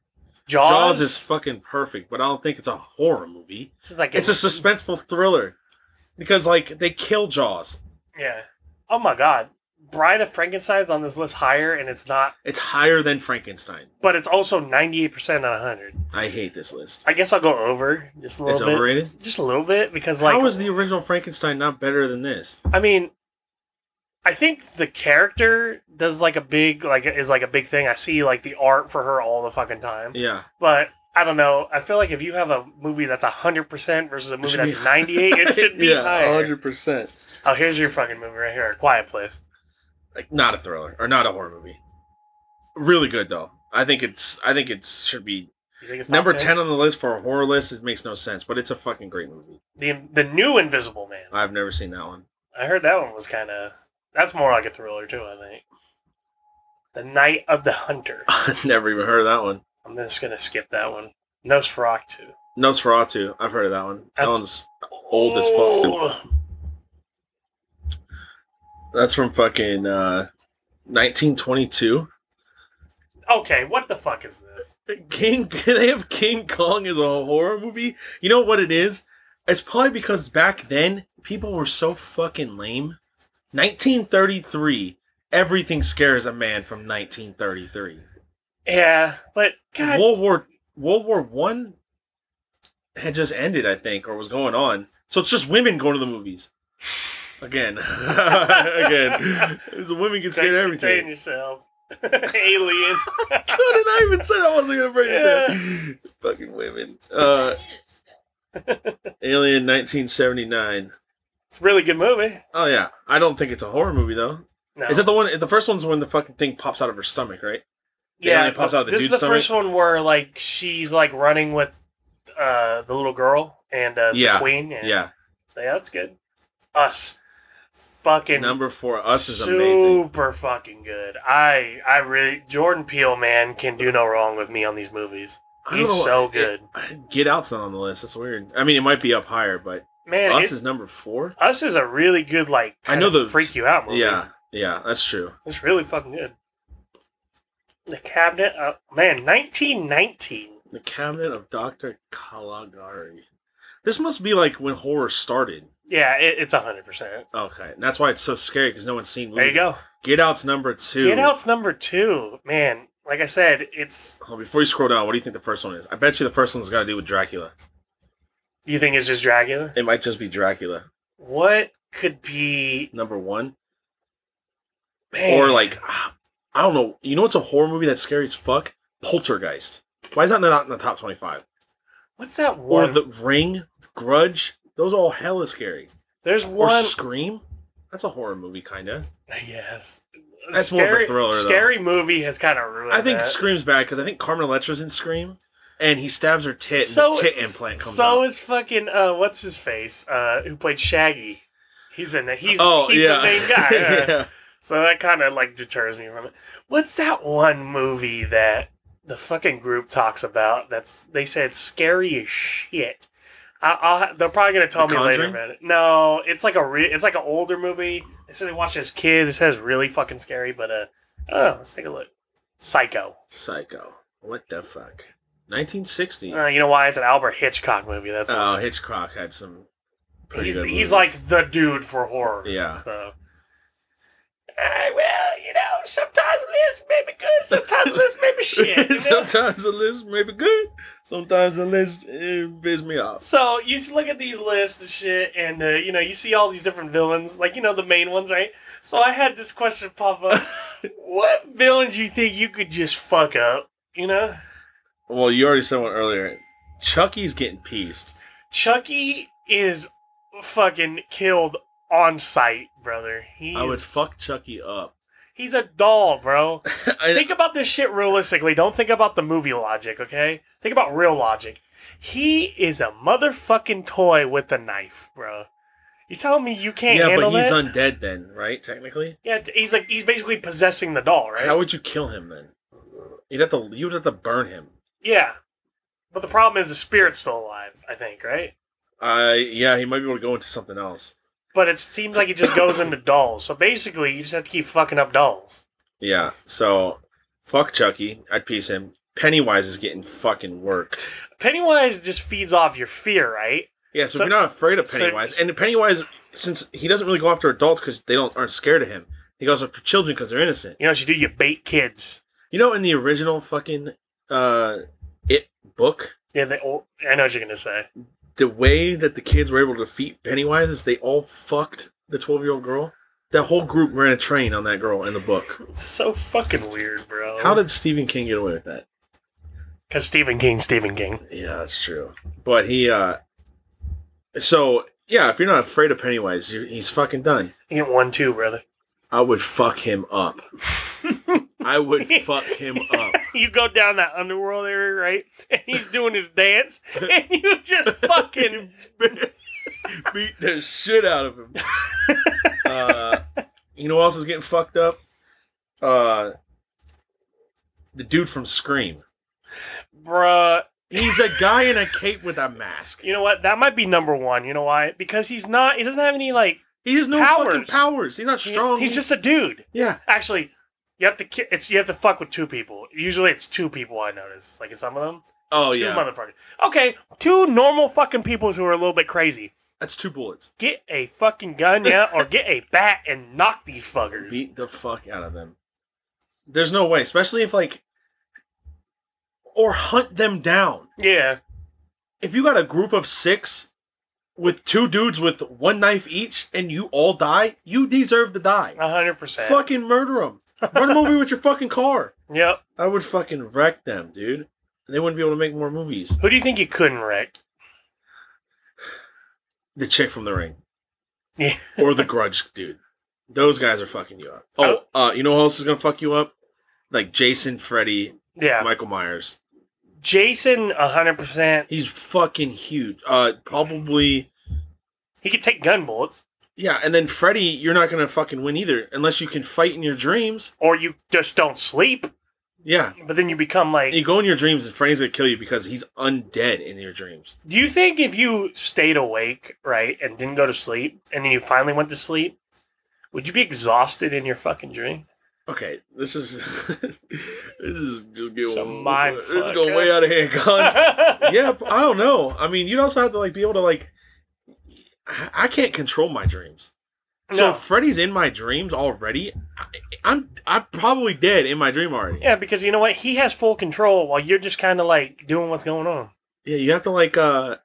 S2: Jaws,
S3: Jaws? is fucking perfect, but I don't think it's a horror movie.
S2: It's like
S3: It's a suspenseful thriller because like they kill Jaws.
S2: yeah. Oh my god, Bride of Frankenstein's on this list higher, and it's not.
S3: It's higher than Frankenstein.
S2: But it's also ninety eight percent out of hundred.
S3: I hate this list.
S2: I guess I'll go over just a little
S3: It's
S2: bit.
S3: overrated.
S2: Just a little bit because like
S3: How is the original Frankenstein not better than this?
S2: I mean, I think the character does like a big like is like a big thing. I see like the art for her all the fucking time.
S3: Yeah.
S2: But I don't know. I feel like if you have a movie that's hundred percent versus a movie
S3: should
S2: that's
S3: be-
S2: ninety eight, [LAUGHS]
S3: [LAUGHS]
S2: it should be higher.
S3: percent.
S2: Oh, here's your fucking movie right here, A Quiet Place.
S3: Like not a thriller or not a horror movie. Really good though. I think it's. I think it should be
S2: You think it's
S3: number
S2: top
S3: ten on the list for a horror list. It makes no sense, but it's a fucking great movie.
S2: The the new Invisible Man.
S3: I've never seen that one. [LAUGHS]
S2: I heard that one was kind of. That's more like a thriller too. I think. The Night of the
S3: [LAUGHS]
S2: Hunter.
S3: I've never even heard of that one.
S2: I'm just gonna skip that one. Nosferatu.
S3: Nosferatu. I've heard of that one. That
S2: That's-
S3: one's old as fuck.
S2: Oh.
S3: That's from fucking uh, 1922.
S2: Okay, what the fuck is this?
S3: King. [LAUGHS] They have King Kong as a horror movie. You know what it is? It's probably because back then people were so fucking lame. 1933. Everything scares a man from 1933.
S2: Yeah, but God,
S3: World War World War One had just ended, I think, or was going on. So it's just women going to the movies.
S2: [LAUGHS]
S3: Again, [LAUGHS] again, it's women get
S2: take
S3: scared of
S2: contain
S3: everything.
S2: yourself, [LAUGHS] alien.
S3: How did I even said I wasn't gonna bring it up? Fucking women. [LAUGHS] Uh, Alien 1979.
S2: it's a really good movie.
S3: Oh yeah, I don't think it's a horror movie though.
S2: No,
S3: Is that the one? The first one's when the fucking thing pops out of her stomach, right? the
S2: yeah,
S3: alien pops out of the
S2: this is the
S3: dude's stomach?
S2: first one where like she's like running with uh, the little girl and uh, it's the
S3: Yeah,
S2: queen. And,
S3: Yeah.
S2: so, yeah, that's good. Us, fucking
S3: Number four, Us is amazing.
S2: super fucking good. I I really Jordan Peele man can do no wrong with me on these movies.
S3: I don't
S2: He's
S3: know-
S2: so good,
S3: Get Out's not on the list. That's weird. I mean, it might be up higher, but
S2: man.
S3: Us
S2: it-
S3: is number four.
S2: Us is a really good like.
S3: I know
S2: kinda
S3: the-
S2: freak you out movie.
S3: Yeah, yeah, that's true.
S2: it's really fucking good. The cabinet, uh, man, nineteen nineteen.
S3: The Cabinet of Doctor Caligari. This must be like when horror started.
S2: Yeah, it, it's hundred percent.
S3: Okay, and that's why it's so scary because no one's seen.
S2: There you
S3: movies.
S2: go.
S3: Get Out's number two.
S2: Get Out's number two, man. Like I said, it's.
S3: Oh, before you scroll down, what do you think the first one is? I bet you the first one's got to do with Dracula.
S2: You think it's just Dracula?
S3: It might just be Dracula.
S2: What could be?
S3: Number one,
S2: Man,
S3: or like, [SIGHS] ah, I don't know. You know what's a horror movie that's scary as fuck? Poltergeist. Why is that not in the top twenty-five?
S2: what's that one?
S3: Or The Ring, Grudge. Those are all hella scary.
S2: There's
S3: Or
S2: one.
S3: Scream. That's a horror movie, kinda.
S2: yes.
S3: That's more of a thriller, though.
S2: Scary movie has kind of ruined.
S3: I think
S2: that.
S3: Scream's bad because I think Carmen Electra's in Scream, and he stabs her tit,
S2: so
S3: and the tit
S2: is-
S3: implant comes
S2: so
S3: out.
S2: is fucking uh, what's his face uh, who played Shaggy. He's in that. He's
S3: oh
S2: he's
S3: yeah,
S2: the main
S3: [LAUGHS]
S2: guy. yeah.
S3: yeah.
S2: So that kind of like deters me from it. What's that one movie that the fucking group talks about? That's they say it's scary as shit. I, I'll, ha- they're probably gonna tell
S3: The
S2: me later
S3: Conjuring?
S2: about it. No, it's like a re- it's like an older movie. They said they watched it as kids. It says really fucking scary, but uh, I don't know. Let's take a look. Psycho.
S3: Psycho. What the fuck? 1960.
S2: Uh, you know why? It's an Albert Hitchcock movie. That's why.
S3: oh, Hitchcock had some. pretty
S2: he's
S3: good
S2: he's
S3: movies. [LAUGHS]
S2: like the dude for horror.
S3: Yeah.
S2: So. I well, you know, sometimes this may be good, sometimes this may be shit.
S3: [LAUGHS]
S2: you know?
S3: sometimes the list may be good. Sometimes the list it pisses me off.
S2: So you just look at these lists and shit, and uh, you know you see all these different villains, like you know the main ones, right? So I had this question pop
S3: [LAUGHS]
S2: up: What villains you think you could just fuck up? You know,
S3: Well, you already said one earlier. Chucky's getting pieced.
S2: Chucky is fucking killed on sight, brother. He
S3: I would
S2: is-
S3: fuck Chucky up.
S2: He's a doll, bro.
S3: [LAUGHS] I-
S2: think about this shit realistically. Don't think about the movie logic, okay? Think about real logic. He is a motherfucking toy with a knife, bro. You telling me you can't
S3: yeah,
S2: handle
S3: but he's
S2: that?
S3: undead then, right? Technically,
S2: yeah, t- he's like he's basically possessing the doll, right?
S3: how would you kill him then? You'd have to. You'd have to burn him.
S2: yeah. But the problem is the spirit's still alive, I think, right?
S3: Uh, yeah, he might be able to go into something else.
S2: But it seems like it just goes into dolls. So basically, you just have to keep fucking up dolls.
S3: Yeah, so fuck Chucky. I'd piece him. Pennywise is getting fucking worked.
S2: Pennywise just feeds off your fear, right?
S3: Yeah, so,
S2: So-
S3: if you're not afraid of
S2: so-
S3: Pennywise, and Pennywise, since he doesn't really go after adults because they don't aren't scared of him, he goes after children because they're innocent.
S2: You know what you do? You bait kids.
S3: You know, in the original fucking uh, it book,
S2: Yeah, they, oh, I know what you're gonna say.
S3: the way that the kids were able to defeat Pennywise is they all fucked the twelve year old girl. That whole group ran a train on that girl in the book.
S2: It's so fucking weird, bro.
S3: How did Stephen King get away with that?
S2: Because Stephen King, Stephen King.
S3: Yeah, that's true. But he, uh, so yeah, if you're not afraid of Pennywise, you he's fucking done.
S2: You get one, two, brother.
S3: I would fuck him [LAUGHS] up. I would fuck him up.
S2: you go down that underworld area, right? [LAUGHS] And he's doing his dance, [LAUGHS] and you
S3: [LAUGHS]
S2: just fucking.
S3: [LAUGHS] Beat the shit out of him. [LAUGHS] Uh, you know who else is getting fucked up? Uh, the dude from Scream.
S2: Bruh.
S3: He's a guy in a cape with a [LAUGHS] mask.
S2: You know what? That might be number one. You know why? Because he's not. He doesn't have any, like.
S3: He has no fucking
S2: Powers.
S3: powers. He's not
S2: he-
S3: strong.
S2: he's just a dude.
S3: yeah.
S2: Actually. You have to ki- it's you have to fuck with two people. Usually it's two people I notice. Like in some of them, it's
S3: Oh
S2: two
S3: yeah.
S2: motherfuckers. Okay, two normal fucking people who are a little bit crazy.
S3: That's two bullets.
S2: Get a fucking gun, yeah, or get a bat and knock these fuckers.
S3: [LAUGHS] beat the fuck out of them. There's no way, especially if like or hunt them down.
S2: Yeah,
S3: If you got a group of 6 with two dudes with one knife each and you all die, you deserve to die.
S2: a hundred percent.
S3: Fucking murder them.
S2: [LAUGHS]
S3: Run them over with your fucking car.
S2: Yep.
S3: I would fucking wreck them, dude. They wouldn't be able to make more movies.
S2: Who do you think you couldn't wreck?
S3: The chick from the ring.
S2: Yeah.
S3: or the grudge dude. Those guys are fucking you up. Oh, uh, you know who else is gonna fuck you up? Like Jason, Freddy,
S2: Yeah,
S3: Michael Myers.
S2: Jason, a hundred percent.
S3: He's fucking huge. Uh, probably
S2: He could take gun bullets,
S3: yeah. And then Freddy, you're not gonna fucking win either unless you can fight in your dreams.
S2: or you just don't sleep,
S3: Yeah,
S2: but then you become like.
S3: you go in your dreams and Freddy's gonna kill you because he's undead in your dreams.
S2: do you think if you stayed awake, right, and didn't go to sleep, and then you finally went to sleep, would you be exhausted in your fucking
S3: [LAUGHS]
S2: dream?
S3: Okay, this is [LAUGHS] this is just getting
S2: It's a mind
S3: this is
S2: fuck,
S3: going
S2: huh?
S3: way out of hand.
S2: [LAUGHS]
S3: Con.
S2: yeah.
S3: yeah, I don't know. I mean, you'd also have to like be able to like. I I can't control my dreams. So
S2: No.
S3: if Freddy's in my dreams already. I, I'm I'm probably dead in my dream already.
S2: Yeah, because you know what? He has full control while you're just kind of like doing what's going on.
S3: Yeah, you have to like uh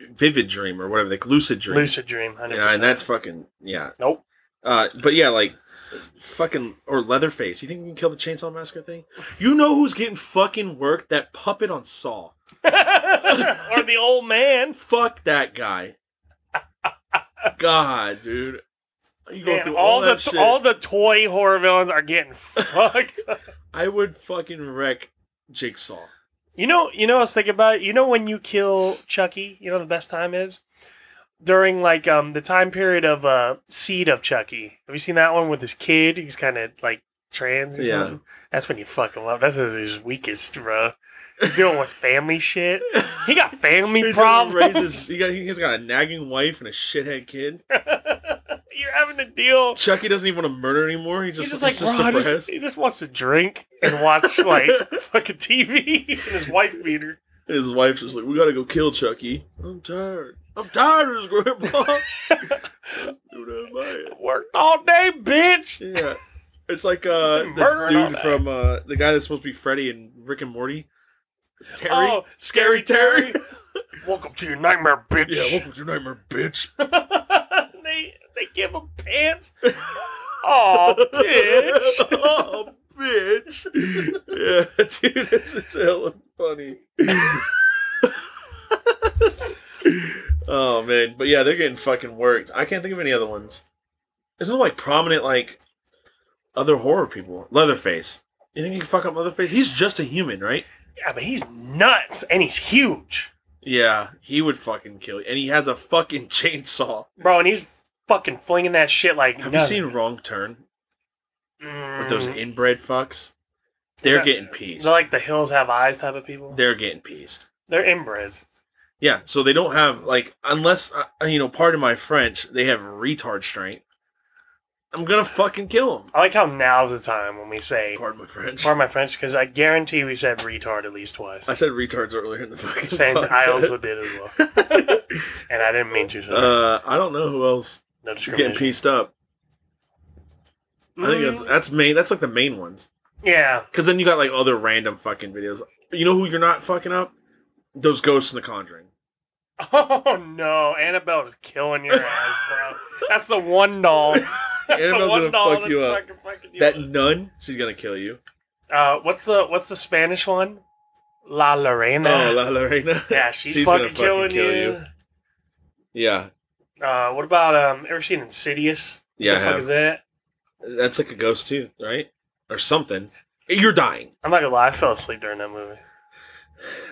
S3: vivid dream or whatever, like lucid dream.
S2: Lucid dream, 100%.
S3: Yeah, and that's fucking yeah.
S2: Nope.
S3: Uh but yeah, like fucking or Leatherface. You think you can kill the chainsaw massacre thing? You know who's getting fucking worked? That puppet on Saw.
S2: [LAUGHS] or the old man.
S3: Fuck
S2: [LAUGHS]
S3: that guy. God, dude. You go
S2: Man,
S3: through all,
S2: all, the
S3: that shit.
S2: all the toy horror villains are
S3: [LAUGHS]
S2: getting fucked. up.
S3: I would fucking wreck Jigsaw.
S2: You know, you know. I was thinking about it. You know when you kill Chucky, you know the best time is during like um the time period of uh Seed of Chucky. Have you seen that one with his kid? He's kind of like trans or
S3: Yeah.
S2: something. That's when you fuck him up. That's his- his weakest, bro. He's dealing with family shit. He got family
S3: [LAUGHS] He's gonna raise his-
S2: problems.
S3: he got, he's got a nagging wife and a shithead kid.
S2: [LAUGHS] You're having to deal.
S3: Chucky doesn't even want to murder anymore. He
S2: He's
S3: just,
S2: just like,
S3: he's just
S2: bro, I
S3: depressed.
S2: just, he just wants to drink and watch
S3: [LAUGHS]
S2: like fucking TV and his wife beater.
S3: His wife's just like, we gotta go kill Chucky. I'm tired. I'm tired of
S2: [LAUGHS]
S3: this grandpa. Dude, I'm tired.
S2: Worked all day, bitch.
S3: yeah, it's like uh, the
S2: Murdering all
S3: dude
S2: day.
S3: from uh, the guy that's supposed to be Freddy and Rick and Morty. Terry.
S2: Oh, scary Terry. Welcome to your nightmare, bitch.
S3: Yeah, welcome to your nightmare, bitch.
S2: they they give him [LAUGHS] pants. Oh, [LAUGHS] [LAUGHS] bitch.
S3: [LAUGHS]
S2: [LAUGHS]
S3: oh, bitch. yeah, [LAUGHS] dude, it's, it's hella funny. oh man, but yeah, they're getting fucking worked. I can't think of any other ones. Isn't there like prominent like other horror people? Leatherface. You think he can fuck up Leatherface? He's just a human, right?
S2: Yeah, but he's nuts and he's huge,
S3: Yeah, he would fucking kill you. And he has a fucking [LAUGHS] chainsaw.
S2: bro. And he's fucking flinging that shit like.
S3: Have you
S2: nothing.
S3: seen Wrong Turn
S2: Mm,
S3: with those inbred fucks? They're
S2: that-
S3: getting pieced.
S2: They're like the hills have eyes type of people. They're,
S3: they're getting pieced.
S2: inbreds.
S3: Yeah, so they don't have like unless uh, you know, pardon my French, they have retard strength. I'm gonna fucking kill him.
S2: I like how now's the time when we say
S3: Pardon my French.
S2: pardon my French because I guarantee we said retard at least twice.
S3: I said retards earlier in the
S2: [LAUGHS]
S3: fucking.
S2: Same,
S3: podcast.
S2: I
S3: [LAUGHS]
S2: also did as well, and I didn't mean to. So
S3: uh, I don't know who else
S2: no
S3: is getting
S2: discrimination.
S3: pieced up. I think that's,
S2: Mm,
S3: that's main. That's like the main ones.
S2: yeah,
S3: Because then you got like other random fucking videos. You know who you're not fucking up? Those ghosts in The Conjuring.
S2: Oh no, Annabelle is killing your ass, bro. That's the one
S3: [LAUGHS]
S2: doll. That's the
S3: Annabelle's
S2: one
S3: gonna
S2: doll
S3: fuck
S2: that's
S3: you up.
S2: fucking fucking you
S3: That nun, she's gonna kill you.
S2: up. Uh, what's the what's the Spanish one? La Lorena.
S3: Oh, La Lorena.
S2: yeah, she's,
S3: gonna
S2: fucking, killing
S3: kill
S2: you.
S3: Yeah,
S2: Uh, what about um? Ever seen Insidious? What
S3: yeah. I
S2: the fuck
S3: have.
S2: is that?
S3: That's like a ghost too, right? Or something. You're dying.
S2: I'm not gonna lie, I fell asleep during that
S3: [LAUGHS]
S2: movie.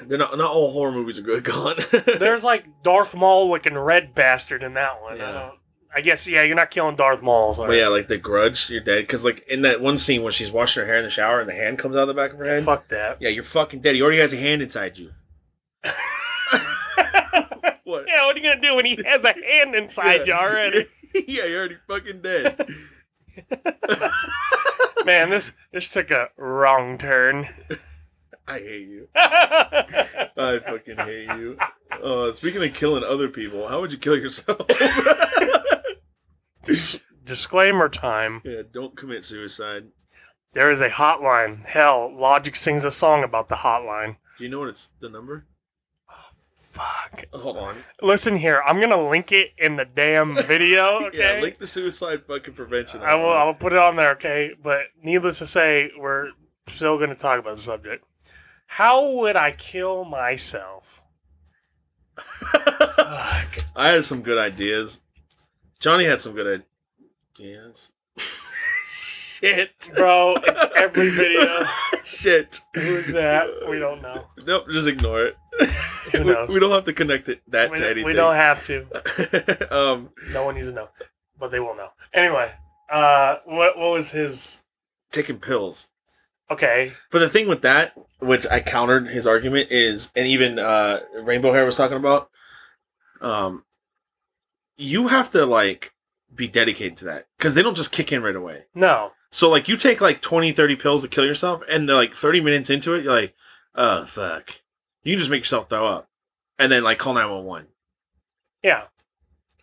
S3: They're not not all horror movies are good, [LAUGHS] Colin.
S2: There's like Darth Maul looking red bastard in that one.
S3: Yeah.
S2: I don't. I guess yeah, you're not killing Darth Maul.
S3: but
S2: So
S3: yeah, like the Grudge, you're dead. Because like in that one scene when she's washing her hair in the shower and the hand comes out of the back of her head.
S2: fuck that. [LAUGHS]
S3: Yeah, you're fucking dead. He already has a hand inside you. What?
S2: yeah, what are you gonna do when he has a hand inside you already?
S3: [LAUGHS] yeah, you're already fucking dead.
S2: [LAUGHS] Man, this this took a wrong turn. [LAUGHS]
S3: I hate you.
S2: I
S3: I fucking hate you. Uh, speaking of killing other people, how would you kill yourself? [LAUGHS]
S2: Disclaimer time.
S3: yeah, don't commit suicide.
S2: There is a hotline. Hell, Logic sings a song about the hotline.
S3: Do you know what it's the number?
S2: Fuck.
S3: Hold on.
S2: Listen here, I'm gonna link it in the damn video. Okay.
S3: [LAUGHS] Yeah, link the suicide fucking prevention.
S2: I will.
S3: hotline.
S2: I will put it on there. Okay. But needless to say, we're still gonna talk about the subject. How would I kill myself? Fuck.
S3: I had some good ideas. Johnny had some good ideas. [LAUGHS] Shit.
S2: Bro, it's every video.
S3: Shit.
S2: Who's that? We don't know.
S3: Nope, just ignore it.
S2: Who
S3: We-
S2: knows?
S3: We, don't have to connect it that
S2: We
S3: to
S2: don't,
S3: anything.
S2: we don't have to.
S3: have. [LAUGHS] um,
S2: No one needs to know, but they will know. Anyway, uh, what what was his?
S3: taking pills.
S2: Okay,
S3: But the thing with that, which I countered his argument, is, and even uh, Rainbow Hair was talking about, um, you have to like be dedicated to that because they don't just kick in right away.
S2: no,
S3: So like you take like 20, 30 pills to kill yourself, and they're like 30 minutes into it, you're like, oh fuck. You can just make yourself throw up. And then like call 911.
S2: yeah,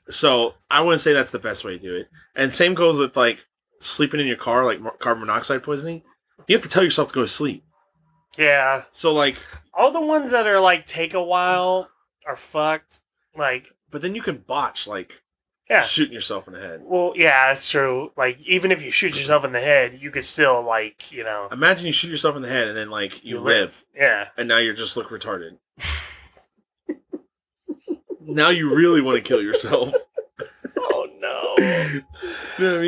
S3: So I wouldn't say that's the best way to do it. And same goes with like sleeping in your car, like mo- carbon monoxide poisoning. You have to tell yourself to go to sleep.
S2: yeah.
S3: So like
S2: All the ones that are like take a while are fucked. Like,
S3: but then you can botch like
S2: yeah,
S3: shooting yourself in the head.
S2: well, yeah, that's true. Like, even if you shoot yourself in the head, you could still like, you know,
S3: Imagine you shoot yourself in the head and then like you
S2: You live.
S3: live
S2: yeah,
S3: and now you just look retarded. [LAUGHS] now you really want to kill yourself. [LAUGHS]
S2: oh [LAUGHS] no.
S3: You know what I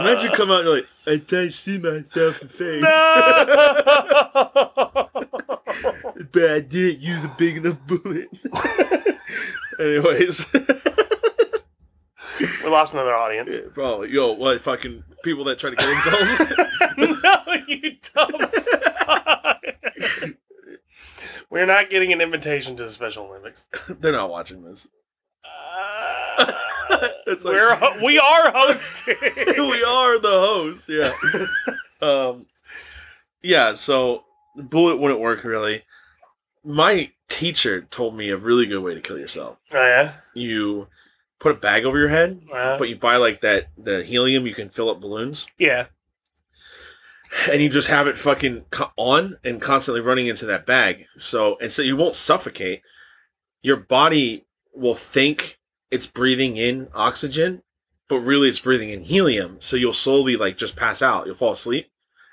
S3: mean? Imagine you come out and you're like, I can't see myself in the face.
S2: Uh, No.
S3: But I didn't [LAUGHS] use a big enough bullet. Anyways.
S2: [LAUGHS] We lost another audience.
S3: Yeah, [LAUGHS] bro, yo, what fucking people that try to kill
S2: [LAUGHS]
S3: themselves?
S2: no, you dumb fuck. We're not getting an invitation to the Special
S3: [LAUGHS]
S2: Olympics.
S3: [LAUGHS] They're not watching this.
S2: Uh,
S3: It's like-
S2: we're ho- we are hosting.
S3: [LAUGHS] we are the host. [LAUGHS] Yeah. um, yeah. So bullet wouldn't work really. My teacher told me a really good way to kill yourself.
S2: oh yeah.
S3: You put a bag over your head,
S2: Uh,
S3: but you buy like that the helium you can fill up balloons,
S2: yeah.
S3: and you just have it fucking co- on and constantly running into that bag. So and so you won't suffocate. Your body will think it's breathing in oxygen, but really it's breathing in helium. So you'll slowly like just pass out. You'll fall asleep,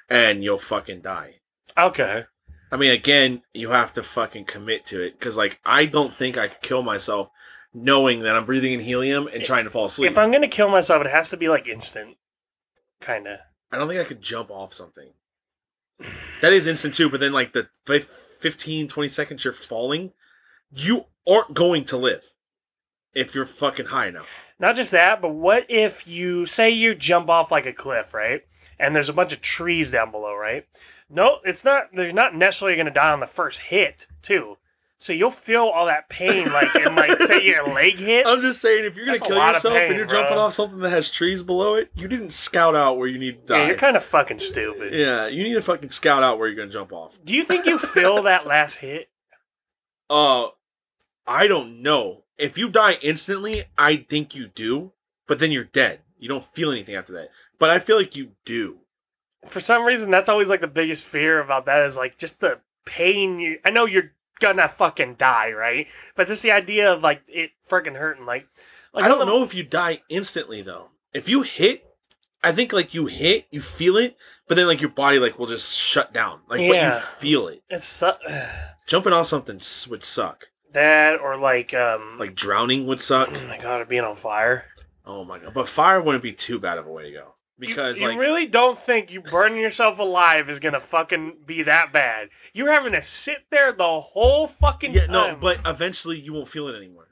S3: and you'll fucking die.
S2: Okay.
S3: I mean, again, you have to fucking commit to it because like I don't think I could kill myself knowing that I'm breathing in helium and trying to fall asleep.
S2: If I'm gonna kill myself, it has to be like instant, kind of.
S3: I don't think I could jump off something. That is instant too, but then like the fif- 15, 20 seconds you're falling, you aren't going to live if you're fucking high enough.
S2: Not just that, but what if you say you jump off like a cliff, right? And there's a bunch of trees down below, right? No, it's not. They're not necessarily going to die on the first hit, too. So you'll feel all that pain, like and
S3: [LAUGHS]
S2: like say your leg hits.
S3: I'm just saying, if you're gonna
S2: That's a
S3: kill
S2: lot of
S3: yourself
S2: pain,
S3: and you're
S2: bro.
S3: jumping off something that has trees below it, you didn't scout out where you need to die.
S2: yeah, you're kind of fucking stupid.
S3: yeah, you need to fucking scout out where you're gonna jump off.
S2: Do you think you feel that last hit?
S3: Uh, I don't know. If you die instantly, I think you do, but then you're dead. You don't feel anything after that. But I feel like you do.
S2: For some reason, that's always like the biggest fear about that is like just the pain. You, I know you're gonna fucking die, right? But just the idea of like it freaking hurting, like, like
S3: I
S2: one
S3: don't
S2: of the-
S3: know if you die instantly though. If you hit, I think like you hit, you feel it, but then like your body like will just shut down. Like but
S2: Yeah.
S3: you feel it.
S2: It's su- [SIGHS]
S3: Jumping off something s- would suck.
S2: That or like um like
S3: Like drowning would suck.
S2: oh [CLEARS THROAT] my god, being on fire.
S3: Oh my god! But fire wouldn't be too bad of a way to go because
S2: you, you
S3: like
S2: really don't think you burning yourself alive is gonna fucking be that bad. You're having to sit there the whole fucking
S3: yeah,
S2: time.
S3: no. But eventually you won't feel it anymore.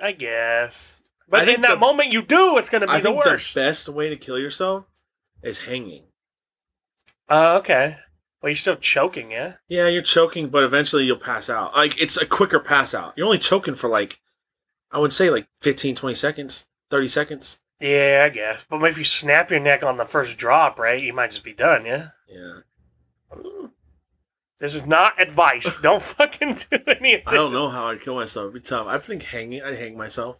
S2: I guess.
S3: I
S2: But
S3: think
S2: in that
S3: the-
S2: moment you do, it's gonna be
S3: I
S2: the
S3: think
S2: worst.
S3: the best way to kill yourself is hanging.
S2: Oh, okay. Well, you're still choking, yeah.
S3: Yeah, you're choking, but eventually you'll pass out. Like it's a quicker pass out. You're only choking for like I would say like 15, 20 seconds, 30 seconds.
S2: Yeah, I guess. But if you snap your neck on the first drop, right, you might just be done, yeah.
S3: Yeah.
S2: This is not
S3: [LAUGHS]
S2: advice. don't fucking do any of this.
S3: I don't know how I'd kill myself. It'd be tough. I think hanging I'd hang myself.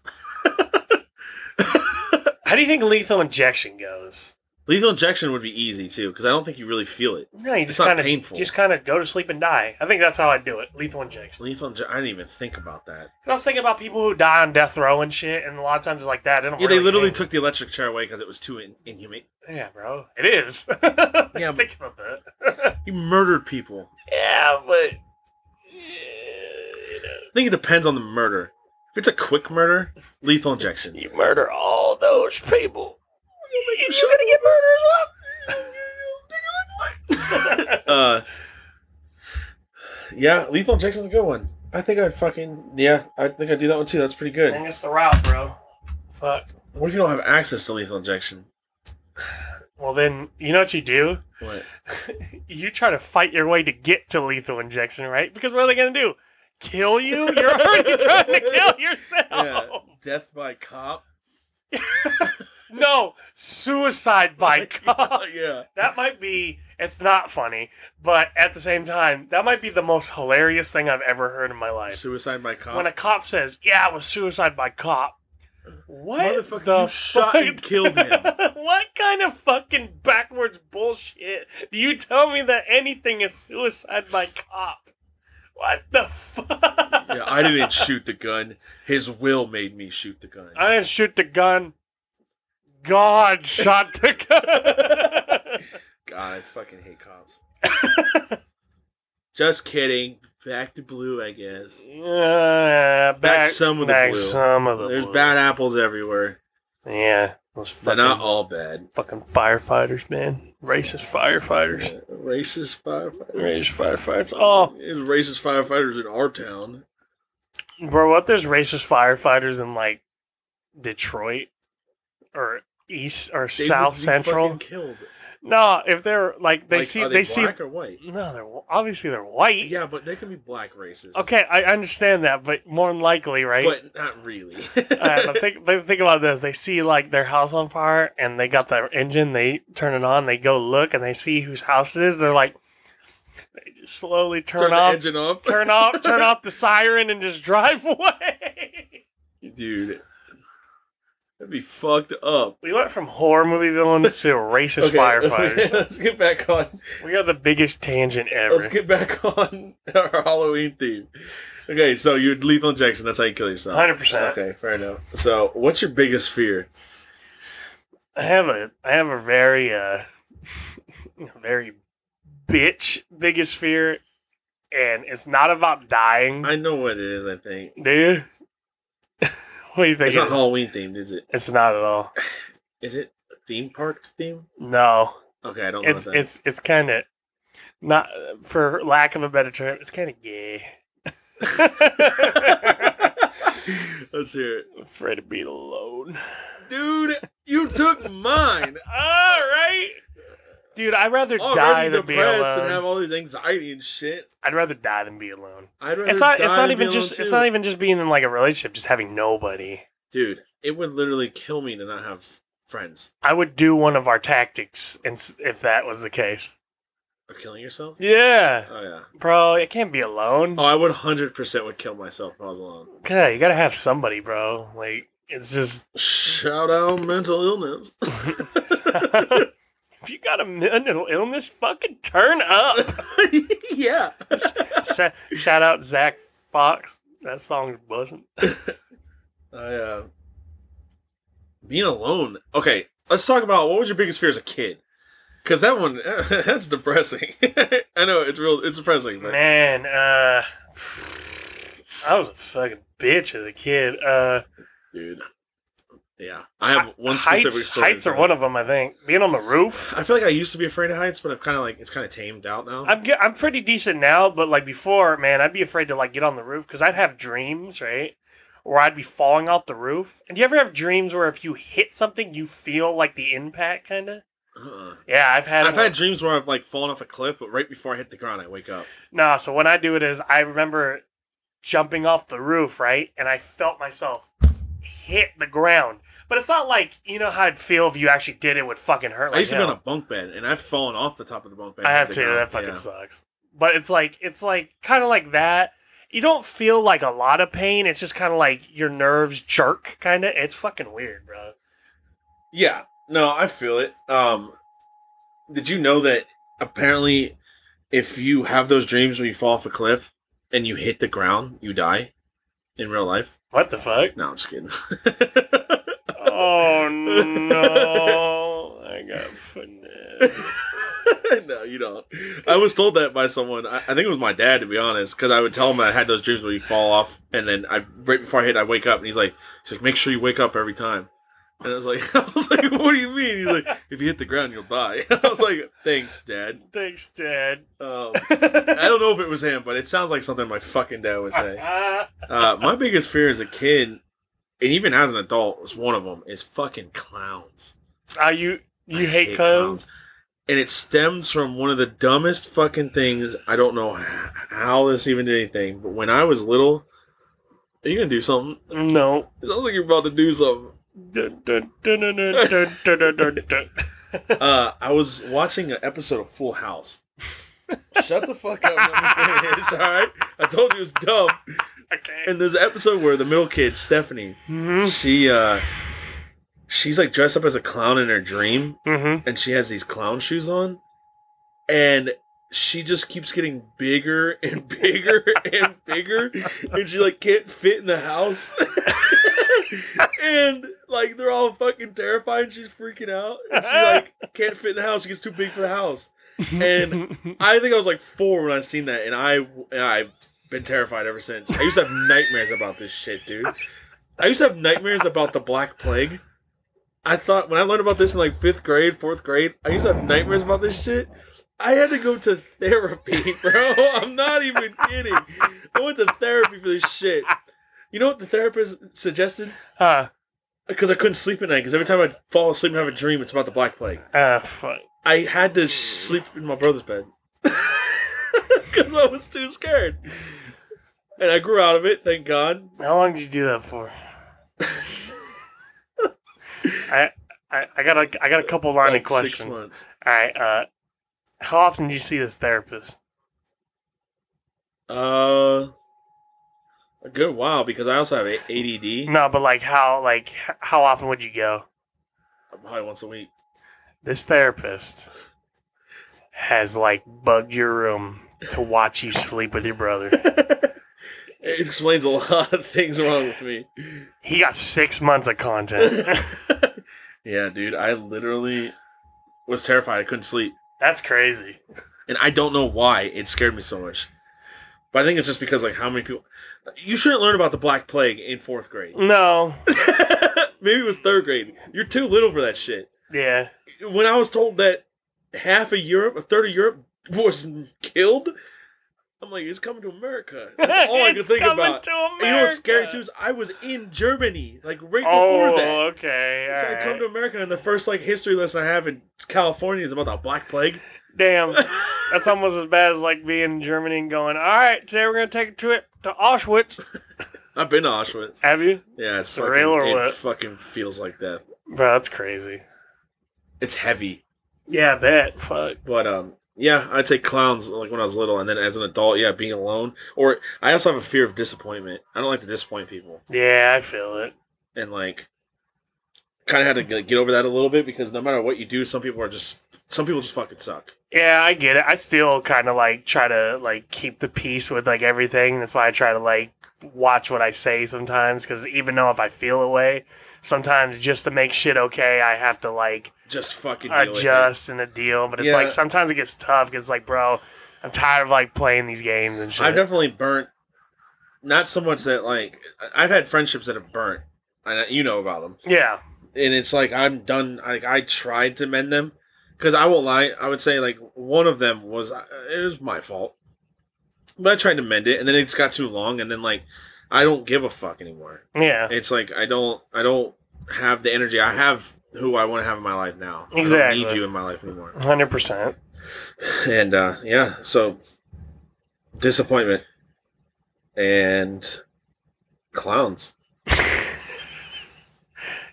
S2: How do you think lethal injection goes?
S3: Lethal injection would be easy too, because I don't think you really feel it.
S2: No, you
S3: It's
S2: just
S3: not
S2: kind of
S3: painful.
S2: just kind of go to sleep and die. I think that's how I do it. Lethal injection.
S3: Lethal injection. I didn't even think about that.
S2: 'Cause I was thinking about people who die on death row and shit, and a lot of times it's like that.
S3: Yeah, they literally took the electric chair away because it was too in- inhumane.
S2: Yeah, bro, it is. [LAUGHS]
S3: Yeah, but-
S2: think about that. [LAUGHS]
S3: You murdered people.
S2: yeah, but you,
S3: I think it depends on the murder. If it's a quick murder, lethal injection.
S2: murder all those people, and you're [LAUGHS] gonna get murdered as well.
S3: Uh, yeah, lethal injection's a good one. I think I'd fucking yeah. I think I'd do that one too. That's pretty
S2: I
S3: good.
S2: think it's the route, bro. Fuck.
S3: What if you don't have access to lethal injection?
S2: Well, then you know what you do.
S3: What?
S2: you try to fight your way to get to lethal injection, right? Because what are they going to do? Kill you? You're
S3: [LAUGHS]
S2: already trying to kill yourself.
S3: [LAUGHS] Yeah.
S2: Oh.
S3: Death by cop.
S2: No, suicide
S3: Oh
S2: by [LAUGHS] cop.
S3: [LAUGHS] yeah.
S2: That might be, it's not funny, but at the same time, that might be the most hilarious thing I've ever heard in my life.
S3: Suicide by cop.
S2: When a cop says, Yeah, I was suicide by cop. What
S3: Motherfucker,
S2: the
S3: you shot and
S2: fuck-
S3: killed him.
S2: [LAUGHS] what kind of fucking backwards bullshit do you tell me that anything is suicide by cop? What the fuck?
S3: yeah, I didn't shoot the gun. His will made me shoot the gun.
S2: I didn't shoot the gun.
S3: [LAUGHS]
S2: God shot the gun.
S3: God, I fucking
S2: [LAUGHS]
S3: hate cops. Just kidding. Back to blue, I guess.
S2: Yeah, back,
S3: some of the
S2: back
S3: blue.
S2: some of the
S3: There's
S2: blue.
S3: bad apples everywhere.
S2: Yeah, those
S3: They're
S2: fucking
S3: not all bad.
S2: fucking firefighters, man. Racist firefighters.
S3: Racist firefighters.
S2: Racist firefighters. Oh,
S3: There's racist firefighters in our town.
S2: bro, what? if There's racist firefighters in like Detroit. or east or
S3: They would
S2: south
S3: be
S2: central.
S3: fucking Killed.
S2: No, if they're like they
S3: Like,
S2: see
S3: are
S2: they,
S3: they,
S2: see
S3: black or white.
S2: no, they're obviously they're white.
S3: Yeah, but they can be black races.
S2: Okay, I understand that, but more than likely, right?
S3: but not really.
S2: Uh,
S3: [LAUGHS]
S2: but think, but think about this. They see like their house on fire, and they got their engine. They turn it on. They go look, and they see whose house it is. They're like, they just slowly turn,
S3: Turn
S2: off,
S3: the engine off,
S2: turn off, turn off the siren, and just [LAUGHS] drive away.
S3: dude. That'd be fucked up.
S2: We went from horror movie villains to racist
S3: Okay,
S2: firefighters.
S3: [LAUGHS] Let's get back on.
S2: We are the biggest tangent
S3: Let's
S2: ever.
S3: get back on [LAUGHS] our Halloween theme. Okay, so you're lethal injection. That's how you kill yourself.
S2: 100%.
S3: Okay, fair enough. So, what's your biggest fear?
S2: I have a I have a very uh [LAUGHS] very bitch biggest fear, and it's not about dying.
S3: I know what it is. I think
S2: Do you? what do you [LAUGHS] think?
S3: it's not
S2: it-
S3: Halloween themed, is it?
S2: it's not at all.
S3: Is it theme park theme?
S2: No,
S3: Okay, I don't.
S2: it's
S3: know what that
S2: it's it's kind of not for lack of a better term. It's kind of
S3: [LAUGHS]
S2: gay. [LAUGHS]
S3: is. [LAUGHS] Let's hear it,
S2: Afraid to be alone.
S3: dude. You took
S2: [LAUGHS]
S3: mine.
S2: All right, dude. I'd rather die
S3: Already
S2: than be
S3: depressed and have
S2: alone.
S3: all these anxiety and shit.
S2: I'd rather die than be alone.
S3: I'd rather
S2: It's not.
S3: die
S2: It's not
S3: than
S2: even
S3: be
S2: just.
S3: alone,
S2: It's
S3: too.
S2: not even just being in like a relationship. Just having nobody.
S3: Dude, it would literally kill me to not have friends.
S2: I would do one of our tactics, and s- if that was the case,
S3: Or killing yourself?
S2: yeah,
S3: Oh yeah.
S2: bro. It can't be alone.
S3: Oh, I would hundred percent would kill myself if I was alone.
S2: Yeah, you gotta have somebody, bro. Like it's just [LAUGHS]
S3: Shout out mental illness. [LAUGHS]
S2: if you got a mental illness, fucking turn up.
S3: [LAUGHS] yeah.
S2: Sa- shout out Zach Fox. That song wasn't.
S3: I uh being alone. Okay, let's talk about what was your biggest fear as a kid? Cause that one [LAUGHS] that's depressing. [LAUGHS] I know it's real it's depressing, but
S2: Man, uh, I was a fucking bitch as a kid. Uh,
S3: dude. Yeah. I have one specific
S2: heights.
S3: story
S2: Heights
S3: to
S2: are
S3: tell.
S2: one of them, I think. Being on the roof.
S3: I feel like I used to be afraid of heights, but I've kind of like it's kind of tamed out now.
S2: I'm ge- I'm pretty decent now, but like before, man, I'd be afraid to like get on the roof because I'd have dreams, right? Where I'd be falling off the roof. And do you ever have dreams where if you hit something, you feel like the impact, kind of?
S3: uh-uh.
S2: Yeah, I've had.
S3: I've had dreams where I've like fallen off a cliff, but right before I hit the ground, I wake up.
S2: Nah, so what I do it is I remember jumping off the roof, right? And I felt myself hit the ground. But it's not like you know how I'd feel if you actually did it would fucking hurt. Like
S3: I used to be
S2: hell.
S3: on a bunk bed, and I've fallen off the top of the bunk bed.
S2: I
S3: and hit
S2: have
S3: the
S2: to.
S3: ground.
S2: That fucking
S3: Yeah.
S2: sucks. But it's like it's like kind of like that. You don't feel like a lot of pain. It's just kind of like your nerves jerk. Kind of. It's fucking weird, bro.
S3: Yeah, no, I feel it. Um, did you know that apparently, if you have those dreams when you fall off a cliff and you hit the ground, you die in real life?
S2: What the fuck?
S3: No, I'm just kidding. [LAUGHS]
S2: Oh no! I got finessed.
S3: [LAUGHS] no, you don't. I was told that by someone. I, I think it was my dad, to be honest, because I would tell him I had those dreams where you fall off, and then I right before I hit, I wake up, and he's like, he's like, make sure you wake up every time. And I was like, [LAUGHS] I was like, what do you mean? He's like, if you hit the ground, you'll die. [LAUGHS] I was like, thanks, dad.
S2: Thanks, Dad.
S3: Um, I don't know if it was him, but it sounds like something my fucking dad
S2: [LAUGHS]
S3: would say.
S2: Ah,
S3: Uh, my biggest fear as a kid, and even as an adult, was one of them is fucking clowns.
S2: Are you you
S3: I
S2: hate, clowns?
S3: And it stems from one of the dumbest fucking things. I don't know h- how this even did anything, but when I was little, are you gonna do something?
S2: No.
S3: It sounds like you're about to do something.
S2: Dun, dun, dun, dun,
S3: [LAUGHS]
S2: dun, dun, dun, dun, dun.
S3: Uh, I was watching an episode of Full House. [LAUGHS] Shut the fuck up, let me finish, [LAUGHS] all right? I told you it was dumb.
S2: Okay.
S3: And there's an episode where the middle kid, Stephanie,
S2: hmm
S3: she uh, she's like dressed up as a clown in her dream,
S2: hmm
S3: and she has these clown shoes on and she just keeps getting bigger and [LAUGHS] bigger and bigger and she like can't fit in the house [LAUGHS] and like they're all fucking terrified and she's freaking out and she like can't fit in the house she gets too big for the house
S2: Mm-hmm. [LAUGHS]
S3: And- i think i was like four when i seen that and i and i've been terrified ever since i used to have nightmares about this shit dude i used to have nightmares about the black plague I thought when I learned about this in like fifth grade, fourth grade, I used to have nightmares about this shit. I had to go to therapy, [LAUGHS] bro. I'm not even kidding.
S2: Ah,
S3: I went to therapy for this shit. You know what the therapist suggested?
S2: Huh.
S3: because I couldn't sleep at night. Because every time I would fall asleep and have a dream, it's about the Black Plague.
S2: Ah, fuck.
S3: I had to sleep in my brother's bed [LAUGHS] because I was too scared. And I grew out of it, thank God.
S2: How long did you do that
S3: [LAUGHS]
S2: for? I, I I got a I got a couple line of
S3: Like six
S2: questions.
S3: months.
S2: All right. Uh, how often do you see this therapist?
S3: Uh, a good while because I also have A- ADD.
S2: No, but like how like h- how often would you go?
S3: Probably once a week. [LAUGHS]
S2: This therapist has like bugged your room to watch you sleep with your brother.
S3: It explains a lot of things wrong with me. [LAUGHS]
S2: He got six months of content.
S3: yeah, dude, I literally was terrified. I couldn't sleep.
S2: That's crazy.
S3: and I don't know why it scared me so much. But I think it's just because like how many people you shouldn't learn about the Black Plague in fourth grade. [LAUGHS]
S2: No.
S3: Maybe it was third grade. You're too little for that shit.
S2: Yeah.
S3: When I was told that half of Europe, a third of Europe was killed, I'm like, it's coming to America. [LAUGHS]
S2: [LAUGHS]
S3: That's all I could
S2: It's
S3: think
S2: coming
S3: about.
S2: to
S3: And you know what's scary
S2: America.
S3: too is I was in Germany, like right
S2: Oh,
S3: before that.
S2: okay.
S3: So I
S2: all
S3: come
S2: right.
S3: to America and the first like history lesson I have in California is about the Black Plague. [LAUGHS]
S2: Damn. That's almost as bad as like being in Germany and going, all right, today we're going to take a trip to Auschwitz.
S3: I've been to Auschwitz.
S2: Have you?
S3: Yeah, it's
S2: Surreal
S3: fucking,
S2: or
S3: it
S2: what?
S3: fucking feels like that.
S2: Bro, that's crazy.
S3: It's heavy,
S2: Yeah, I bet. Fuck.
S3: but um, yeah, I'd say clowns like when I was little, and then as an adult, yeah, being alone. Or I also have a fear of disappointment. I don't like to disappoint people,
S2: Yeah, I feel it.
S3: and like, kind of had to like, get over that a little bit because no matter what you do, some people are just some people just fucking suck.
S2: Yeah, I get it. I still kind of like try to like keep the peace with like everything. That's why I try to like watch what I say sometimes because even though if I feel away, sometimes just to make shit okay, I have to like
S3: Just fucking deal with it.
S2: adjust and a deal. But it's
S3: Yeah.
S2: like sometimes it gets tough because like, bro, I'm tired of like playing these games and shit.
S3: I've definitely burnt. Not so much that like I- I've had friendships that have burnt, and I- you know about them.
S2: yeah,
S3: and it's like I'm done. Like I tried to mend them, because I won't lie. I would say like one of them was uh, it was my fault, but I tried to mend it, and then it just got too long, and then like I don't give a fuck anymore.
S2: yeah,
S3: It's like I don't I don't have the energy. I have who I want to have in my life now. I
S2: Exactly.
S3: don't need you in my life anymore.
S2: hundred percent.
S3: And uh yeah, so disappointment and clowns.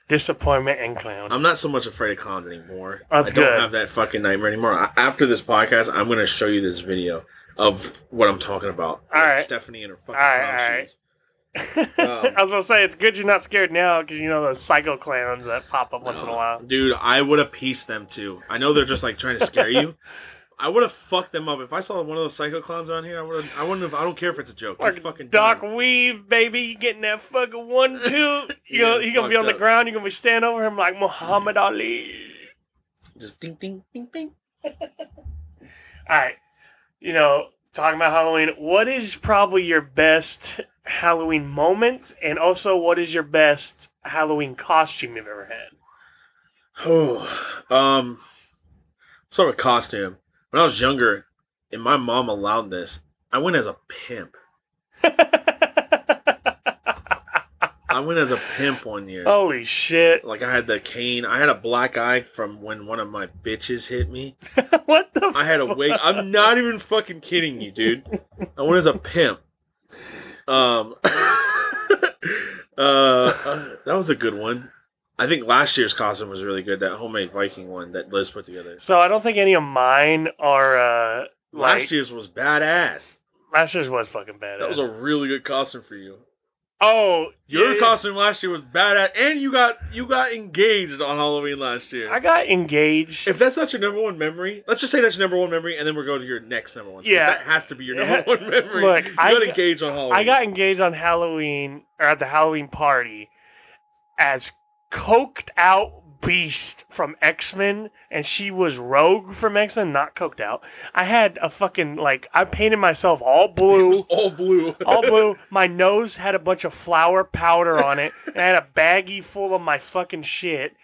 S2: Disappointment and clowns. [LAUGHS]
S3: I'm not so much afraid of clowns anymore.
S2: That's
S3: I don't
S2: good.
S3: have that fucking nightmare anymore. I, after this podcast, I'm gonna show you this video of what I'm talking about.
S2: All
S3: With
S2: right.
S3: Stephanie and her fucking
S2: All right,
S3: clown
S2: all right.
S3: shoes. um,
S2: I was gonna say it's good you're not scared now because you know those psycho clowns that pop up once in a
S3: Uh,
S2: while.
S3: dude. I would have pieced them too. I know they're just like trying to scare
S2: [LAUGHS]
S3: you. I would have fucked them up if I saw one of those psycho clowns around here. I would. I wouldn't have. I don't care if it's a joke. They're
S2: Fucking
S3: fucking
S2: Doc
S3: dumb.
S2: Weave, baby, you getting that fucking
S3: [LAUGHS]
S2: one two? You
S3: Yeah,
S2: know he gonna be
S3: fucked
S2: on the
S3: up.
S2: ground. You're gonna be standing over him like Muhammad Ali.
S3: Just ding ding ding ding. [SIGHS]
S2: All right, you know talking about Halloween. What is probably your best Halloween moment, and also what is your best Halloween costume you've ever had?
S3: Oh, um, sort of costume. When I was younger, and my mom allowed this, I went as a pimp. I went as a pimp one year.
S2: [LAUGHS] Holy shit! [LAUGHS]
S3: Like I had the cane. I had a black eye from when one of my bitches hit me.
S2: what the?
S3: I had a
S2: [LAUGHS] fuck?
S3: wig. I'm not even fucking kidding you, dude. I went as a pimp. Um, [COUGHS] uh, uh, that was a good one. I think last year's costume was really good. That homemade Viking one that Liz put together.
S2: So I don't think any of mine are. uh
S3: Last
S2: like,
S3: year's was badass.
S2: last year's was fucking badass.
S3: That was a really good costume for you.
S2: oh,
S3: Your
S2: yeah.
S3: costume last year was badass, and you got you got engaged on Halloween last year.
S2: I got engaged.
S3: If that's not your number one memory, let's just say that's your number one memory, and then we'll go to your next number one. 'cause
S2: Yeah.
S3: that has to be your number one memory.
S2: Look,
S3: you
S2: I
S3: got
S2: got-
S3: engaged on Halloween.
S2: I got engaged on Halloween or at the Halloween party as coked out beast from X Men, and she was Rogue from X Men, not coked out. I had a fucking like I painted myself all
S3: It
S2: blue.
S3: was all blue. [LAUGHS] Oh,
S2: all blue. My nose had a bunch of flour powder on it, and I had a baggie full of my fucking shit.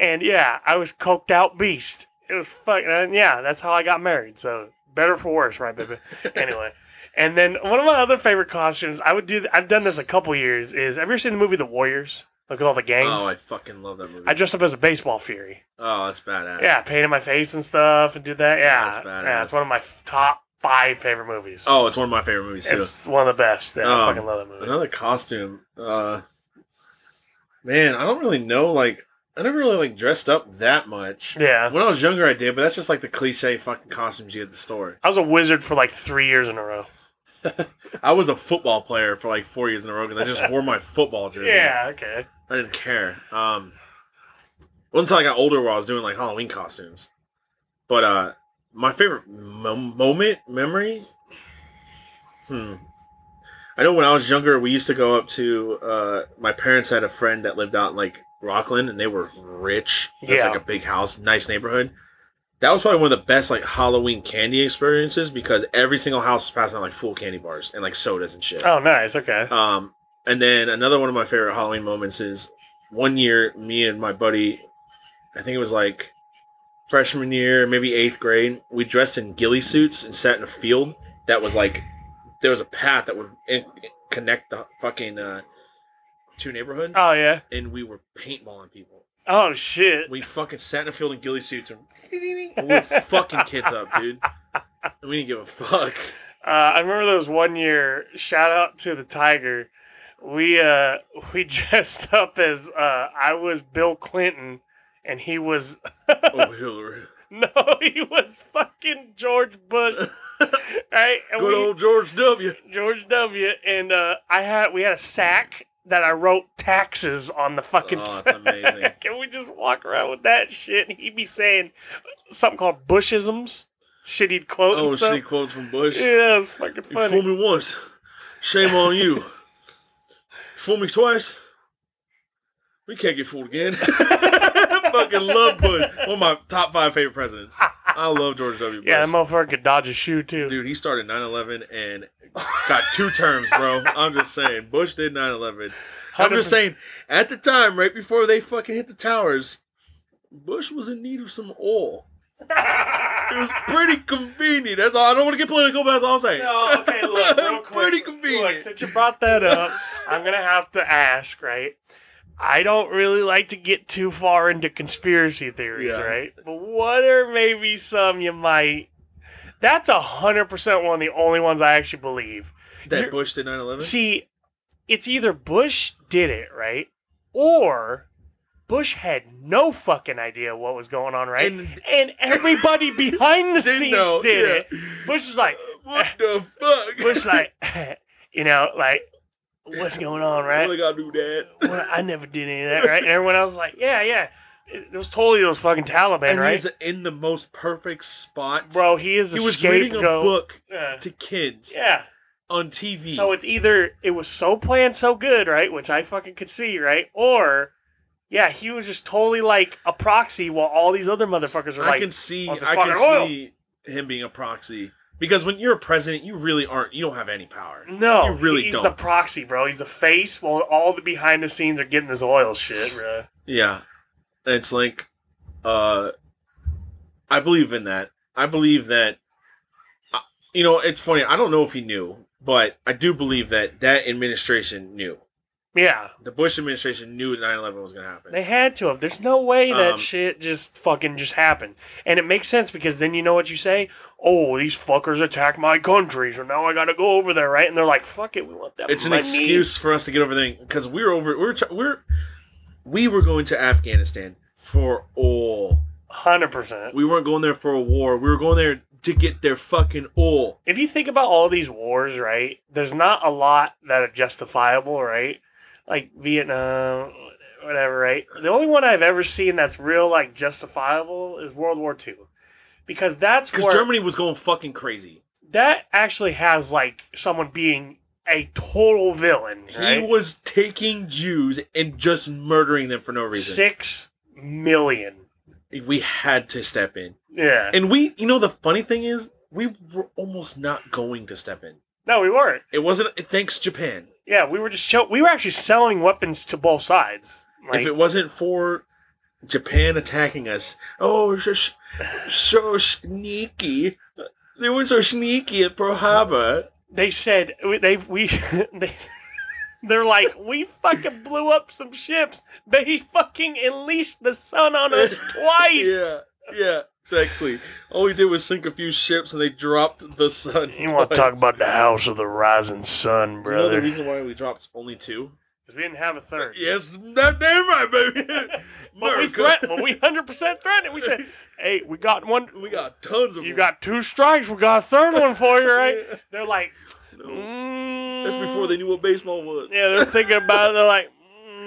S2: And yeah, I was coked out beast. It was fucking and yeah. That's how I got married. So better for worse, right,
S3: [LAUGHS]
S2: baby? anyway, and then one of my other favorite costumes I would do. I've done this a couple years. Is have you ever seen the movie The Warriors? Look at all the gangs.
S3: Oh, I fucking love that movie.
S2: I dressed up as a baseball fury.
S3: oh, that's badass.
S2: Yeah, painted my face and stuff and did that. Yeah,
S3: That's
S2: that's
S3: badass.
S2: yeah, it's one of my f- top five favorite movies.
S3: Oh, it's one of my favorite movies too.
S2: it's one of the best. Yeah, I
S3: Um,
S2: fucking love that movie.
S3: Another costume. Uh, man, I don't really know. Like, I never really like dressed up that much.
S2: Yeah,
S3: When I was younger, I did, but that's just like the cliche fucking costumes you get at the store.
S2: I was a wizard for like three years in a row.
S3: I was a football player for like four years in a row because I just wore my football jersey.
S2: Yeah, okay.
S3: I didn't care. Um, until I got older, where I was doing like Halloween costumes. But uh, my favorite mo- moment memory. Hmm. I know when I was younger, we used to go up to. Uh, my parents had a friend that lived out in like Rockland, and they were rich. It was
S2: Yeah.
S3: like a big house, nice neighborhood. That was probably one of the best like Halloween candy experiences because every single house was passing out like full candy bars and like sodas and shit.
S2: Oh, nice. Okay.
S3: Um, and then another one of my favorite Halloween moments is one year, me and my buddy, I think it was like freshman year, maybe eighth grade, we dressed in ghillie suits and sat in a field that was like there was a path that would in- connect the fucking uh, two neighborhoods,
S2: Oh yeah.
S3: and we were paintballing people.
S2: Oh shit.
S3: We fucking sat in a field in ghillie suits and, and we were fucking kids up, dude. And we didn't give a fuck.
S2: Uh, I remember there was one year. Shout out to the tiger. We uh [LAUGHS] we dressed up as uh I was Bill Clinton and he was [LAUGHS]
S3: Oh, Hillary.
S2: no he was fucking George
S3: [LAUGHS]
S2: Bush right and
S3: Good
S2: we,
S3: old George W.
S2: George W. And uh, I had we had a sack that I wrote taxes on the fucking
S3: Oh,
S2: sack.
S3: that's amazing.
S2: [LAUGHS] Can we just walk around with that shit? And he'd be saying something called Bushisms, shit he'd quote
S3: Oh,
S2: and stuff.
S3: shitty quotes from Bush.
S2: Yeah, it's fucking
S3: you
S2: funny.
S3: fooled me [LAUGHS] once. Shame
S2: [LAUGHS]
S3: on you. fooled me twice. We can't get fooled again. [LAUGHS] Fucking
S2: [LAUGHS]
S3: love Bush. One of my top five favorite presidents. I love George W. Bush.
S2: yeah, that motherfucker could dodge a shoe too.
S3: Dude, he started 9 11 and got two terms, bro. I'm just saying. Bush did 9 11. I'm just
S2: 100%. [LAUGHS]
S3: saying, at the time, right before they fucking hit the towers, Bush was in need of some oil. It was pretty convenient. That's all. I don't want to get political, but that's all I'm saying.
S2: No, okay,
S3: [LAUGHS]
S2: look, real quick.
S3: pretty convenient.
S2: Look, since you brought that up, I'm gonna have to ask, right? I don't really like to get too far into conspiracy theories,
S3: Yeah.
S2: right? But what are maybe some you might? That's a hundred percent one of the only ones I actually believe.
S3: that
S2: You're-
S3: Bush did 9 11?
S2: See, it's either Bush did it, right, or Bush had no fucking idea what was going on, right? And,
S3: And-
S2: everybody behind
S3: [LAUGHS]
S2: the
S3: Didn't
S2: scenes
S3: know,
S2: did
S3: yeah.
S2: it. Bush was like,
S3: What
S2: [LAUGHS]
S3: the fuck?
S2: Bush like, [LAUGHS] you know, like what's going on,
S3: What
S2: right?
S3: I gotta do that?
S2: Well, I never did any of that, right? And everyone else was like, yeah, yeah, it was totally those fucking Taliban,
S3: and
S2: right?
S3: he's in the most perfect spot.
S2: Bro, he is
S3: he
S2: a
S3: was reading a
S2: scapegoat.
S3: book
S2: yeah.
S3: to kids
S2: yeah.
S3: on TV.
S2: So it's either it was so planned, so good, right? Which I fucking could see, right? Or yeah, he was just totally like a proxy while all these other motherfuckers are
S3: I
S2: like,
S3: can see,
S2: on the
S3: I can
S2: fucking oil.
S3: see him being a proxy because when you're a president, you really aren't. You don't have any power.
S2: no,
S3: you really
S2: he's
S3: don't.
S2: the proxy, bro. He's the face while all the behind the scenes are getting this oil shit, bro.
S3: Yeah. And it's like uh I believe in that. I believe that I- you know, it's funny. I don't know if he knew, but I do believe that that administration knew.
S2: Yeah,
S3: The Bush administration knew 9/11 was going to happen.
S2: They had to have. There's no way that
S3: Um,
S2: shit just fucking just happened. And it makes sense because then you know what you say? Oh, these fuckers attacked my country, so now I gotta go over there, right? And they're like, fuck it, we want that
S3: it's an
S2: money.
S3: excuse for us to get over there because we were over. We were tr- we we're we were going to Afghanistan for oil.
S2: 100%.
S3: We weren't going there for a war. We were going there to get their fucking oil.
S2: If you think about all these wars, right? There's not a lot that are justifiable, right? Like Vietnam, whatever, right? The only one I've ever seen that's real, like, justifiable is World War II. Because that's
S3: Because
S2: where.
S3: Germany was going fucking crazy.
S2: that actually has like someone being a total villain,
S3: He
S2: right?
S3: was taking Jews and just murdering them for no reason.
S2: Six million.
S3: We had to step in.
S2: Yeah.
S3: And we, you know, the funny thing is, we were almost not going to step in.
S2: No, we weren't.
S3: It wasn't, thanks, Japan.
S2: Yeah, we were just show- we were actually selling weapons to both sides. Like,
S3: if it wasn't for Japan attacking us, oh,
S2: [SIGHS]
S3: so, sh- so sneaky. They were so sneaky at Pearl Harbor.
S2: [LAUGHS] they said we- they we they They're like, we fucking blew up some ships. They fucking unleashed the sun on
S3: [LAUGHS]
S2: us twice.
S3: Yeah, yeah, exactly. All we did was sink a few ships, and they dropped the sun.
S2: You want to
S3: twice.
S2: talk about the house of the rising sun,
S3: You know the
S2: brother?
S3: reason why we dropped only two?
S2: Because we didn't have a third.
S3: Yes, that damn right, baby.
S2: [LAUGHS] But we
S3: [LAUGHS] America.
S2: threatened. Well, we hundred percent threatened. We said, "Hey, we got one.
S3: We got tons of.
S2: You
S3: them.
S2: got two strikes. We got a third one for you, right?"
S3: [LAUGHS] Yeah.
S2: They're like,
S3: No.
S2: mm.
S3: That's before they knew what baseball was.
S2: Yeah, they're thinking about it. They're like,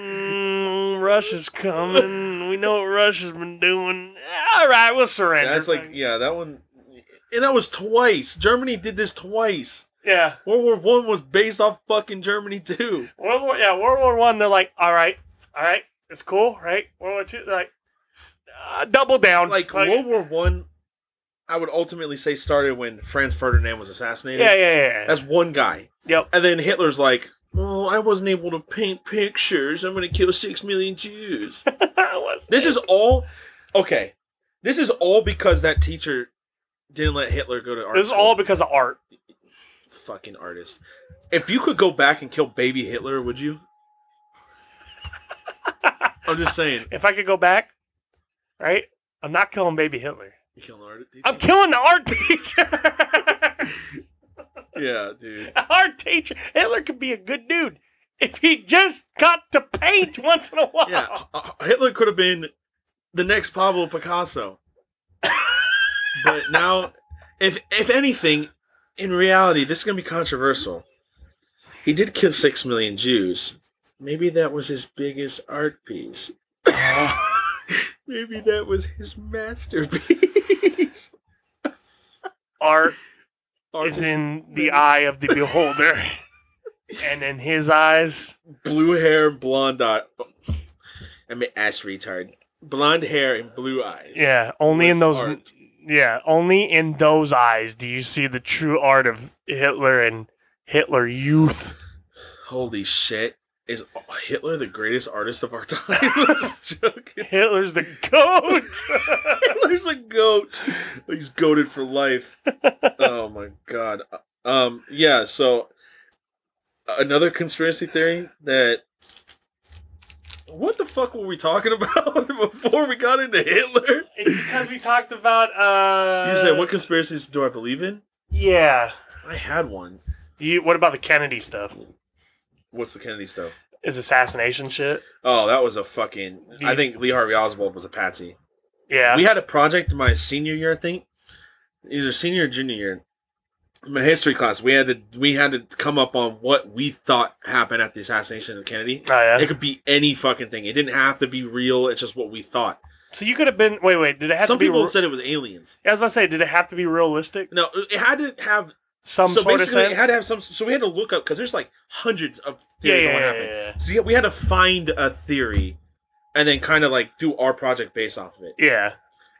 S2: mm, Russia's coming. We know what Russia's been doing. All right, we'll surrender.
S3: That's like yeah, that one. And that was twice. Germany did this twice.
S2: yeah.
S3: World War One was based off fucking Germany too.
S2: World War, yeah, World War One. They're like, all right, all right, it's cool, right? World War Two, they're like, uh, double down.
S3: Like World War One, I, would ultimately say started when Franz Ferdinand was assassinated.
S2: yeah, yeah, yeah. yeah.
S3: That's one guy.
S2: Yep. [LAUGHS]
S3: And then Hitler's like, "Oh, I wasn't able to paint pictures. I'm gonna kill six million Jews."
S2: What's
S3: this
S2: that?
S3: is all. Okay, this is all because that teacher didn't let Hitler go to art.
S2: this is
S3: school.
S2: all because of art.
S3: fucking artist. If you could go back and kill baby Hitler, would
S2: [LAUGHS]
S3: you? I'm just saying.
S2: If I could go back, right? I'm not killing baby Hitler.
S3: You kill an artist?
S2: I'm killing the art [LAUGHS] teacher.
S3: yeah, dude.
S2: art teacher Hitler could be a good dude if he just got to paint once in a while.
S3: Yeah, uh, uh, Hitler could have been the next Pablo Picasso. but now, if if anything, in reality, this is gonna be controversial. He did kill six million Jews. Maybe that was his biggest art piece. Maybe that was his masterpiece.
S2: Art
S3: Art
S2: is in the eye of the beholder, and in his eyes,
S3: blue hair, blonde eye. oh, I mean, ass retard. Blonde hair and blue eyes.
S2: yeah, only in
S3: With
S2: those,
S3: art.
S2: yeah, only in those eyes do you see the true art of Hitler and Hitler youth.
S3: Holy shit! Is Hitler the greatest artist of our [LAUGHS] time? I'm just joking. [LAUGHS]
S2: Hitler's the goat.
S3: Hitler's a goat. He's goaded for life. oh my god. Um. Yeah. So another conspiracy theory that. What the fuck were we talking [LAUGHS] about before we got into Hitler?
S2: it's because we talked about. uh
S3: You said, what conspiracies do I believe in?
S2: Yeah.
S3: I had one.
S2: Do you? What about the Kennedy stuff?
S3: What's the Kennedy stuff?
S2: Is assassination shit?
S3: Oh, that was a fucking.
S2: Do
S3: I
S2: you-
S3: think Lee Harvey Oswald was a patsy.
S2: Yeah.
S3: We had a project my senior year, I think, either senior or junior year. In my history class, we had to we had to come up on what we thought happened at the assassination of Kennedy.
S2: oh yeah.
S3: It could be any fucking thing. It didn't have to be real. It's just what we thought.
S2: So you could have been. Wait, wait. Did it have
S3: Some
S2: to be?
S3: people
S2: re-
S3: said it was aliens.
S2: I was about to say, did it have to be realistic?
S3: No, it had to have
S2: Some
S3: so
S2: sort of
S3: basically
S2: sense.
S3: it had to have some. So we had to look up because there's like hundreds of
S2: yeah,
S3: theories
S2: yeah,
S3: on what
S2: yeah,
S3: happened.
S2: yeah,
S3: So yeah, we had to find a theory, and then kind of like do our project based off of it.
S2: yeah. Yeah.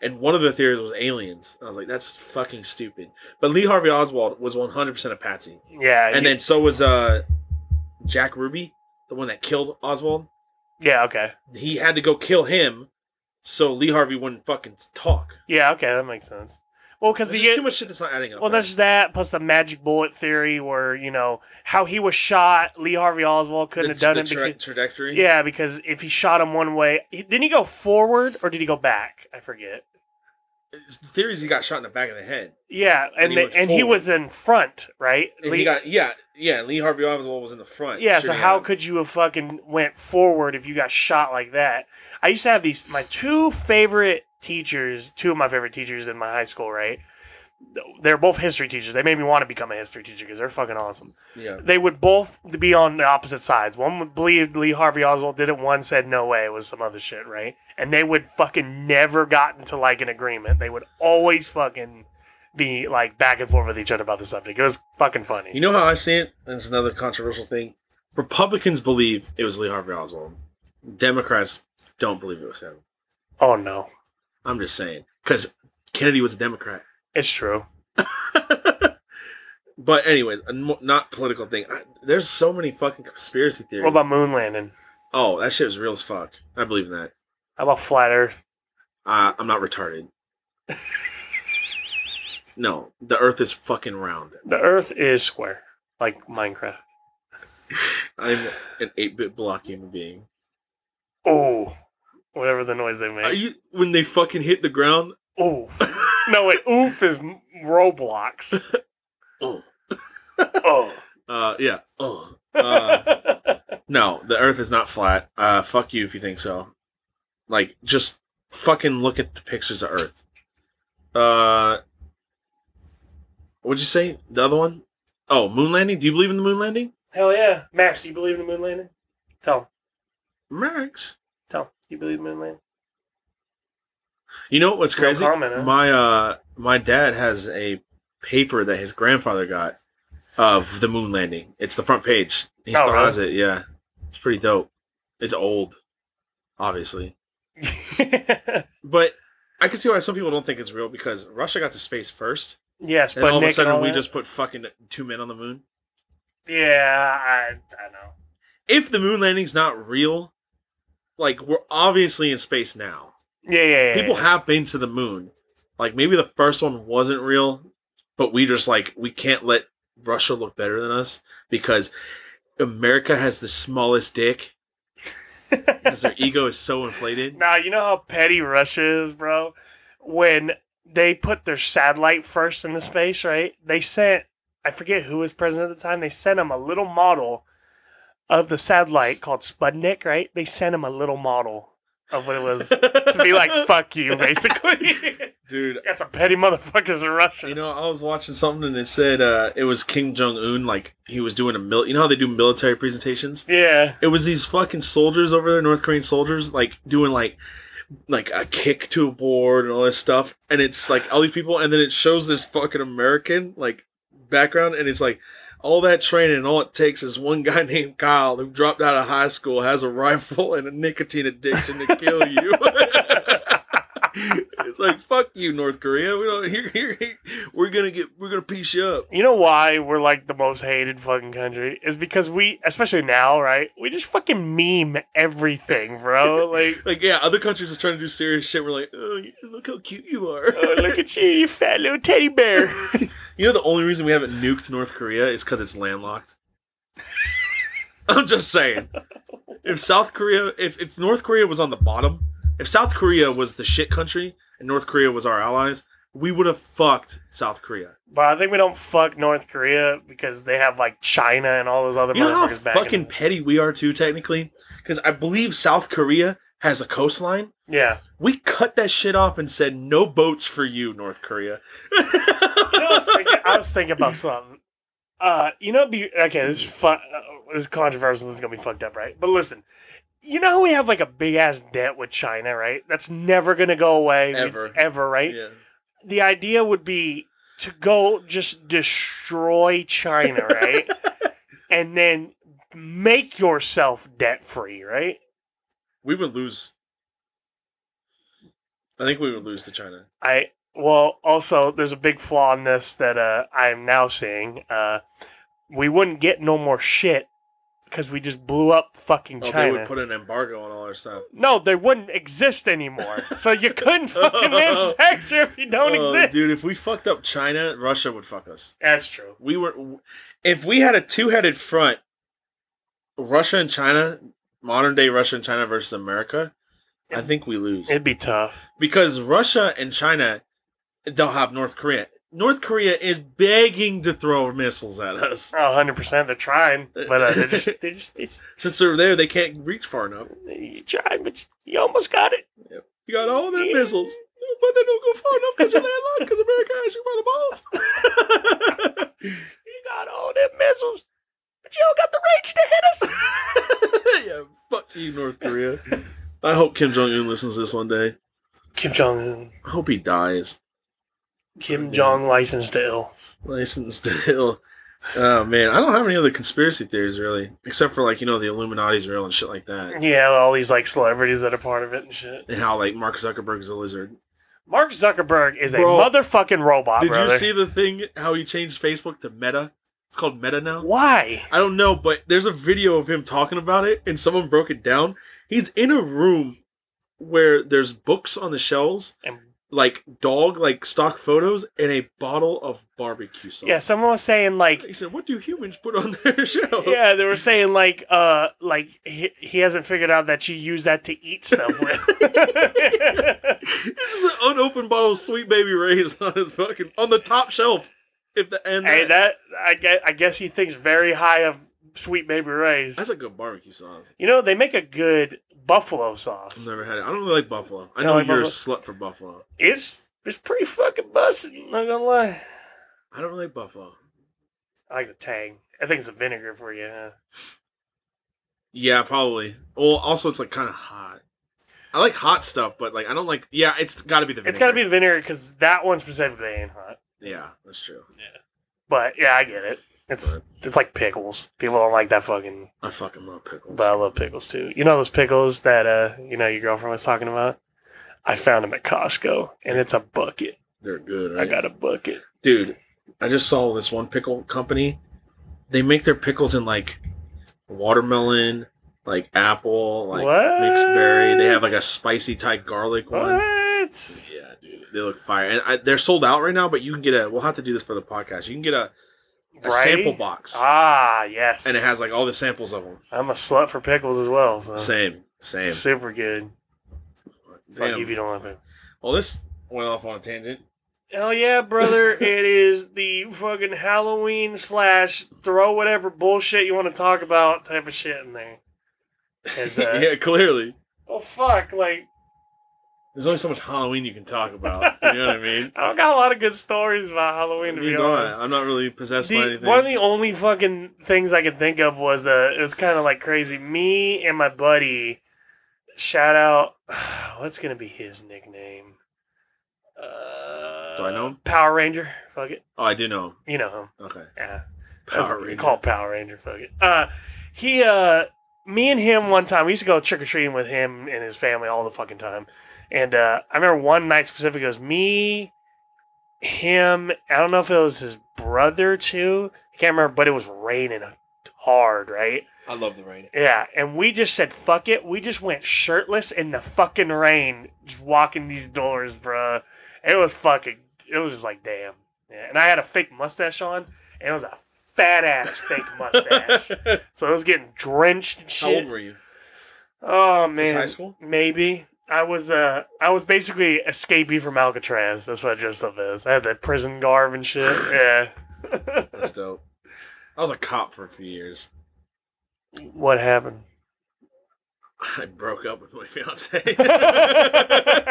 S3: And one of the theories was aliens. I was like, that's fucking stupid. But Lee Harvey Oswald was 100% a patsy,
S2: Yeah.
S3: and
S2: you-
S3: then so was uh, Jack Ruby, the one that killed Oswald.
S2: yeah. Okay.
S3: He had to go kill him, so Lee Harvey wouldn't fucking talk.
S2: Yeah. Okay. That makes sense. Well, because
S3: There's
S2: the
S3: just too much shit that's not adding up.
S2: well,
S3: right?
S2: there's that plus the magic bullet theory, where you know how he was shot. Lee Harvey Oswald couldn't
S3: The-
S2: have done
S3: the
S2: it.
S3: tra-
S2: because,
S3: trajectory.
S2: yeah, because if he shot him one way, he- didn't he go forward or did he go back? I forget.
S3: It's- the theories he got shot in the back of the head.
S2: Yeah, and
S3: he
S2: the-
S3: went
S2: and he
S3: forward.
S2: was in front, right?
S3: And
S2: Lee-
S3: he got yeah yeah. Lee Harvey Oswald was in the front.
S2: Yeah, so
S3: shooting at
S2: how
S3: him.
S2: could you have fucking went forward if you got shot like that? I used to have these my two favorite teachers, two of my favorite teachers in my high school, right? They're both history teachers. They made me want to become a history teacher because they're fucking awesome.
S3: yeah
S2: They would both be on the opposite sides. One would believe Lee Harvey Oswald did it. One said no way, it was some other shit, right? And they would fucking never got into like an agreement. They would always fucking be like back and forth with each other about the subject. It was fucking funny.
S3: You know how I see it? And it's another controversial thing. Republicans believe it was Lee Harvey Oswald. Democrats don't believe it was him.
S2: oh no,
S3: I'm just saying. Because Kennedy was a Democrat. [LAUGHS]
S2: it's true.
S3: But, anyways, a mo- not political thing. I, there's so many fucking conspiracy theories.
S2: What about moon landing?
S3: oh, that shit was real as fuck. I believe in that.
S2: How about flat Earth? [LAUGHS]
S3: Uh, I'm not retarded. no, the earth is fucking round.
S2: The Earth is square, like Minecraft.
S3: I'm an eight bit block human being.
S2: Oh, whatever the noise they
S3: Are
S2: make.
S3: you when they fucking hit the ground? [LAUGHS]
S2: Oof. no wait, oof is m-
S3: [LAUGHS]
S2: Roblox.
S3: Oh,
S2: Oh.
S3: uh, yeah. Oh, uh,
S2: [LAUGHS]
S3: no, the Earth is not flat. Uh, fuck you if you think so. Like, just fucking look at the pictures of Earth. Uh, what'd you say? The other one? Oh, moon landing. Do you believe in the moon landing,
S2: Hell yeah, Max. Do you believe in the moon landing? Tell him.
S3: Max?
S2: Tell him. You believe in the moon landing?
S3: You know what's
S2: No
S3: crazy?
S2: comment, huh?
S3: My uh, my dad has a paper that his grandfather got of the moon landing. It's the front page. He
S2: Oh,
S3: still
S2: really?
S3: has it. Yeah, it's pretty dope. It's old, obviously, but I can see why some people don't think it's real because Russia got to space first,
S2: [LAUGHS] yes,
S3: and
S2: but
S3: all
S2: Nick
S3: of a sudden
S2: and all
S3: we
S2: that-
S3: just put fucking two men on the moon.
S2: yeah. I I know.
S3: If the moon landing's not real, like we're obviously in space now.
S2: Yeah, yeah. yeah
S3: people
S2: yeah.
S3: have been to the moon. Like maybe the first one wasn't real, but we just like we can't let Russia look better than us because America has the smallest dick
S2: [LAUGHS]
S3: because their ego is so inflated.
S2: Now you know how petty Russia is, bro. When they put their satellite first into space, right? They sent I forget who was president at the time. They sent him a little model of the satellite called Sputnik, right? They sent him a little model of what it was [LAUGHS] to
S3: to [LAUGHS]
S2: be like, "Fuck you," basically. [LAUGHS]
S3: dude.
S2: Got some petty motherfuckers in Russia.
S3: You know, I was watching something and it said uh, it was Kim Jong Un. Like he was doing a mil. You know how they do military presentations.
S2: yeah,
S3: It was these fucking soldiers over there, North Korean soldiers, like doing like like a kick to a board and all this stuff. And it's like all these people, and then it shows this fucking American like background, and it's like all that training, all it takes is one guy [LAUGHS] named Kyle who dropped out of high school, has a rifle and a nicotine addiction to kill you. [LAUGHS] it's like fuck you, North Korea. We don't. Here, here, here- we're gonna get. We're gonna piece you up.
S2: you know why we're like the most hated fucking country is because we, especially now, right? We just fucking meme everything,
S3: [LAUGHS]
S2: bro. Like.
S3: Like yeah, other countries are trying to do serious shit. We're like, oh, look how cute you are.
S2: Oh, look at you, you fat little teddy bear.
S3: [LAUGHS] You know, the only reason we haven't nuked North Korea is because it's
S2: [LAUGHS]
S3: landlocked. I'm just saying. If South Korea, if, if North Korea was on the bottom, if South Korea was the shit country and North Korea was our allies, we would have fucked South Korea.
S2: but I think we don't fuck North Korea because they have like China and all those other
S3: You know how
S2: motherfuckers back. in-
S3: fucking petty we are too, technically? Because I believe South Korea has a coastline.
S2: yeah.
S3: We cut that shit off and said, no boats for you, North Korea. [LAUGHS]
S2: You know, I, was thinking, I was thinking about something. Uh, you know, be okay. This is fu- uh, This is controversial. This is gonna be fucked up, right? But listen, you know how we have like a big ass debt with China, right? That's never gonna go away,
S3: Ever.
S2: ever, right? the idea would be to go just destroy China, right? and then make yourself debt free, right?
S3: We would lose. I think we would lose to China.
S2: I well, also there's a big flaw in this that uh, I'm now seeing. Uh, we wouldn't get no more shit because we just blew up fucking
S3: Oh,
S2: China.
S3: they would put an embargo on all our stuff.
S2: no, they wouldn't exist
S3: [LAUGHS]
S2: anymore. so you couldn't fucking manufacture if you don't
S3: Oh,
S2: exist.
S3: dude. If we fucked up China, Russia would fuck us.
S2: That's true.
S3: We were, if we had a two-headed front, Russia and China, modern day Russia and China versus America, I think we lose
S2: It'd be tough.
S3: because Russia and China don't have North Korea. North Korea is begging to throw missiles at us.
S2: Oh, 100%. They're trying, but uh, they're
S3: [LAUGHS]
S2: just, they're just, it's,
S3: Since they're there, they can't reach far enough.
S2: You tried, but you almost got it.
S3: You got all their
S2: Yeah.
S3: missiles, but they don't go far enough because you're landlocked because America [LAUGHS] has you by the balls.
S2: You got all them missiles, but you don't got the range to hit us.
S3: [LAUGHS] yeah, fuck you, North Korea. I hope Kim Jong Un listens to this one day.
S2: Kim Jong Un,
S3: I hope he dies. Oh,
S2: Kim Jong licensed to ill.
S3: License to ill. Oh man, I don't have any other conspiracy theories really, except for like you know the Illuminati's real and shit like that,
S2: Yeah, all these like celebrities that are part of it and shit.
S3: and how like Mark Zuckerberg's a lizard.
S2: Mark Zuckerberg is
S3: Bro,
S2: a motherfucking robot,
S3: Did
S2: brother.
S3: you see the thing how he changed Facebook to Meta? It's called Meta now.
S2: Why?
S3: I don't know, but there's a video of him talking about it, and someone broke it down. He's in a room where there's books on the shelves,
S2: And
S3: like dog like stock photos and a bottle of barbecue sauce.
S2: Yeah, someone was saying
S3: [LAUGHS]
S2: like
S3: He said, "What do humans put on their [LAUGHS] show?"
S2: yeah, they were saying like uh like he, he hasn't figured out that you use that to eat stuff
S3: [LAUGHS]
S2: with.
S3: This is an unopened bottle of Sweet Baby Ray's on his fucking on the top shelf. If the end,
S2: hey, that I guess, I guess he thinks very high of sweet baby rays.
S3: that's a good barbecue sauce.
S2: you know, they make a good buffalo
S3: I've
S2: sauce.
S3: never had it. I don't really like buffalo. I
S2: You
S3: know
S2: don't like
S3: you're a slut for buffalo.
S2: It's it's pretty fucking busting, not gonna lie.
S3: I don't really like buffalo.
S2: I like the tang. I think it's the vinegar for you, huh?
S3: Yeah, probably. Well, also it's like kind of hot. I like hot stuff, but like I don't like. Yeah, it's got to be the.
S2: It's gotta be
S3: vinegar.
S2: the vinegar because that one specifically ain't hot.
S3: Yeah, that's true.
S2: But yeah, I get it. It's it's like pickles. People don't like that fucking
S3: I fucking love pickles.
S2: But I love pickles too. You know those pickles that uh you know your girlfriend was talking about? I found them at Costco and it's a bucket.
S3: They're good.
S2: I
S3: Right?
S2: got a bucket.
S3: dude i just saw this one pickle company they make their pickles in like watermelon like apple like
S2: What?
S3: mixed berry they have like a spicy Thai garlic one
S2: What?
S3: yeah dude they look fire and I, they're sold out right now but you can get a we'll have to do this for the podcast you can get a, a
S2: Right?
S3: sample box
S2: Ah, yes.
S3: and it has like all the samples of them
S2: I'm a slut for pickles as well, so
S3: same same
S2: super good. Fuck
S3: Damn.
S2: you if you don't like it.
S3: well this went off on a tangent
S2: Hell yeah, brother.
S3: [LAUGHS]
S2: it is the fucking Halloween slash throw whatever bullshit you want to talk about type of shit in there. 'Cause, uh,
S3: [LAUGHS] yeah clearly
S2: Oh fuck, like
S3: there's only so much halloween you can talk about you know what i mean
S2: [LAUGHS] I don't got a lot of good stories about Halloween to be
S3: You know,
S2: honest.
S3: I- i'm not really possessed by
S2: The,
S3: anything
S2: one of the only fucking things I could think of was the it was kind of like crazy. Me and my buddy, shout out, [SIGHS] what's gonna be his nickname? Uh,
S3: Do I know him?
S2: Power Ranger. Fuck it,
S3: oh i do know 'em.
S2: you know him.
S3: Okay.
S2: Yeah, that's
S3: Power Ranger.
S2: called Power Ranger. Fuck it. Uh, he, uh, me and him one time, we used to go trick or treating with him and his family all the fucking time. And uh, I remember one night specifically, it was me, him. I don't know if it was his brother too. I can't remember, but it was raining hard, right?
S3: I love the rain.
S2: Yeah, and we just said fuck it. We just went shirtless in the fucking rain, just walking these doors, bruh. It was fucking. It was just like damn. Yeah, and I had a fake mustache on, and it was a fat ass
S3: [LAUGHS]
S2: fake mustache. So I was getting drenched and
S3: How old
S2: shit.
S3: were you?
S2: Oh
S3: This is
S2: man,
S3: high school?
S2: maybe I was. Uh, I was basically escapee from Alcatraz. That's what I dressed up as. I had that prison garb and
S3: [LAUGHS]
S2: shit. yeah. [LAUGHS]
S3: That's dope. I was a cop for a few years. [LAUGHS]
S2: what happened?
S3: I broke up with
S2: [LAUGHS]
S3: my fiance. [LAUGHS] I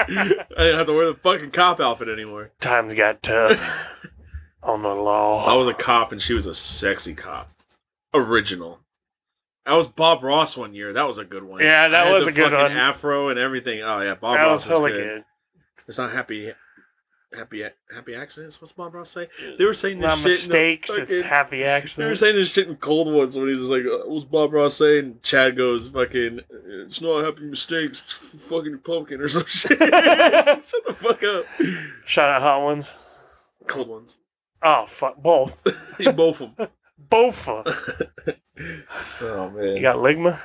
S3: didn't have to wear the fucking cop outfit anymore.
S2: Times got tough
S3: [LAUGHS]
S2: on the law.
S3: I was a cop and she was a sexy cop. Original. I was Bob Ross one year. That was a good one.
S2: Yeah, that
S3: I had
S2: was
S3: the
S2: a good
S3: fucking
S2: one.
S3: Afro and everything. Oh yeah, Bob
S2: that
S3: Ross
S2: was hella
S3: is good.
S2: good.
S3: It's not happy, happy, happy accidents. What's Bob Ross say? They were saying this
S2: Not
S3: shit. in the
S2: mistakes, it's
S3: fucking- [LAUGHS]
S2: happy
S3: They were
S2: accidents.
S3: saying this shit in Cold Ones when he's just like, uh, "What's Bob Ross saying?" Chad goes, "Fucking, it's not happy mistakes, it's f- fucking pumpkin or some [LAUGHS] shit."
S2: [LAUGHS]
S3: Shut the fuck up.
S2: Shout out hot ones.
S3: Cold Ones,
S2: Oh fuck, both,
S3: Eat both of them.
S2: both. of 'em.
S3: [LAUGHS] Oh man,
S2: You got ligma?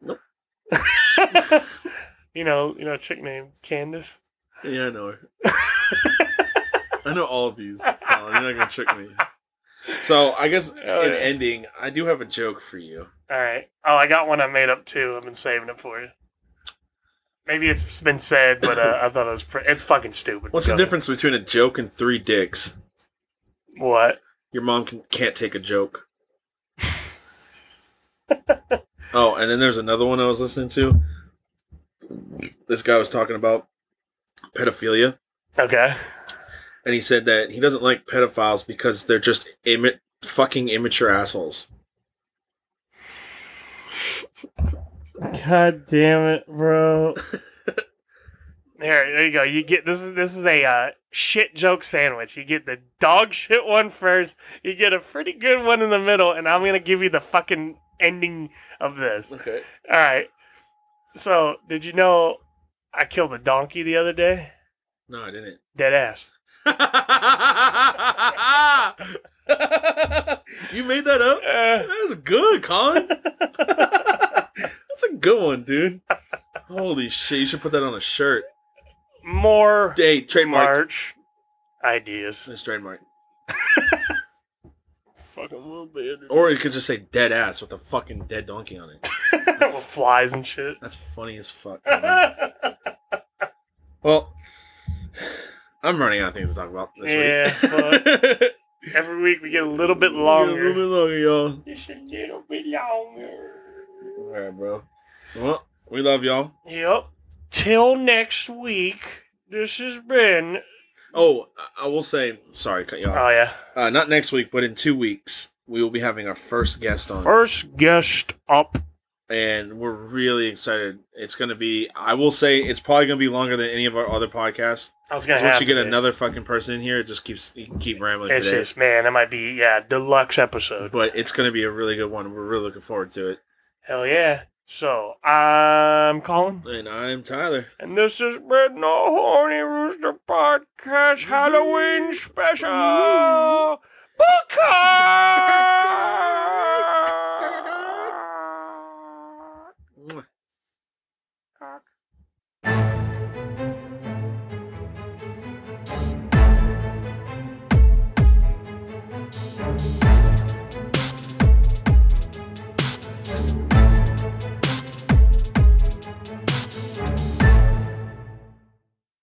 S3: Nope.
S2: [LAUGHS] you know, you know, a chick named Candace.
S3: yeah, I know.
S2: [LAUGHS]
S3: her. I know all of these. Colin. You're not gonna trick me. So
S2: [LAUGHS]
S3: I guess in
S2: Oh, yeah.
S3: ending, I do have a joke for you.
S2: All right. Oh, I got one I made up too. I've been saving it for you. Maybe it's been said, but uh,
S3: [LAUGHS]
S2: I thought it was. Pre- it's fucking stupid.
S3: What's the
S2: Go.
S3: difference between a joke and three dicks?
S2: What?
S3: Your mom can, can't take
S2: [LAUGHS]
S3: a joke. oh, and then there's another one I was listening to. This guy was talking about pedophilia,
S2: Okay.
S3: and he said that he doesn't like pedophiles because they're just Im- fucking immature assholes.
S2: God damn it, bro. Here, [LAUGHS] there you go. You get this is this is a uh, shit joke sandwich. You get the dog shit one first. You get a pretty good one in the middle, and I'm gonna give you the fucking ending of this.
S3: Okay.
S2: All right. So, did you know I killed a donkey the other day?
S3: No, I didn't.
S2: Dead ass.
S3: [LAUGHS] you made that up?
S2: Uh, [LAUGHS]
S3: That's good, Colin. That's a good one, dude. Holy shit! You should put that on a shirt.
S2: more
S3: Hey, trademark.
S2: March ideas.
S3: It's trademark.
S2: Fucking little bit.
S3: Or it could just say dead ass with a fucking dead donkey on it.
S2: With [LAUGHS] flies and shit.
S3: That's funny as fuck.
S2: [LAUGHS]
S3: man.
S2: yeah,
S3: well, I'm running out of things to talk about this
S2: Yeah,
S3: week. [LAUGHS]
S2: fuck. Every week we get a little bit
S3: Yeah, a little
S2: longer.
S3: bit longer, y'all.
S2: Just a little bit longer.
S3: All right, bro. Well, we love y'all.
S2: Yep. Till next week. This has been.
S3: Oh, I- I will say, sorry, cut you off.
S2: Oh yeah.
S3: Uh, not next week, but in two weeks, we will be having our first guest on,
S2: First guest up.
S3: and we're really excited. It's going to be, I will say, it's probably going to be longer than any of our other podcasts.
S2: I was gonna
S3: 'Cause
S2: have
S3: Once you
S2: to
S3: get another fucking person in here, it just keeps you can keep rambling.
S2: It's
S3: today.
S2: just man, that might be yeah deluxe episode.
S3: but it's going to be a really good one. We're really looking forward to it.
S2: Hell yeah. So I'm Colin,
S3: And I'm Tyler.
S2: and this is Brett No Horny Rooster Podcast Halloween Special. Booker.
S3: Mwah.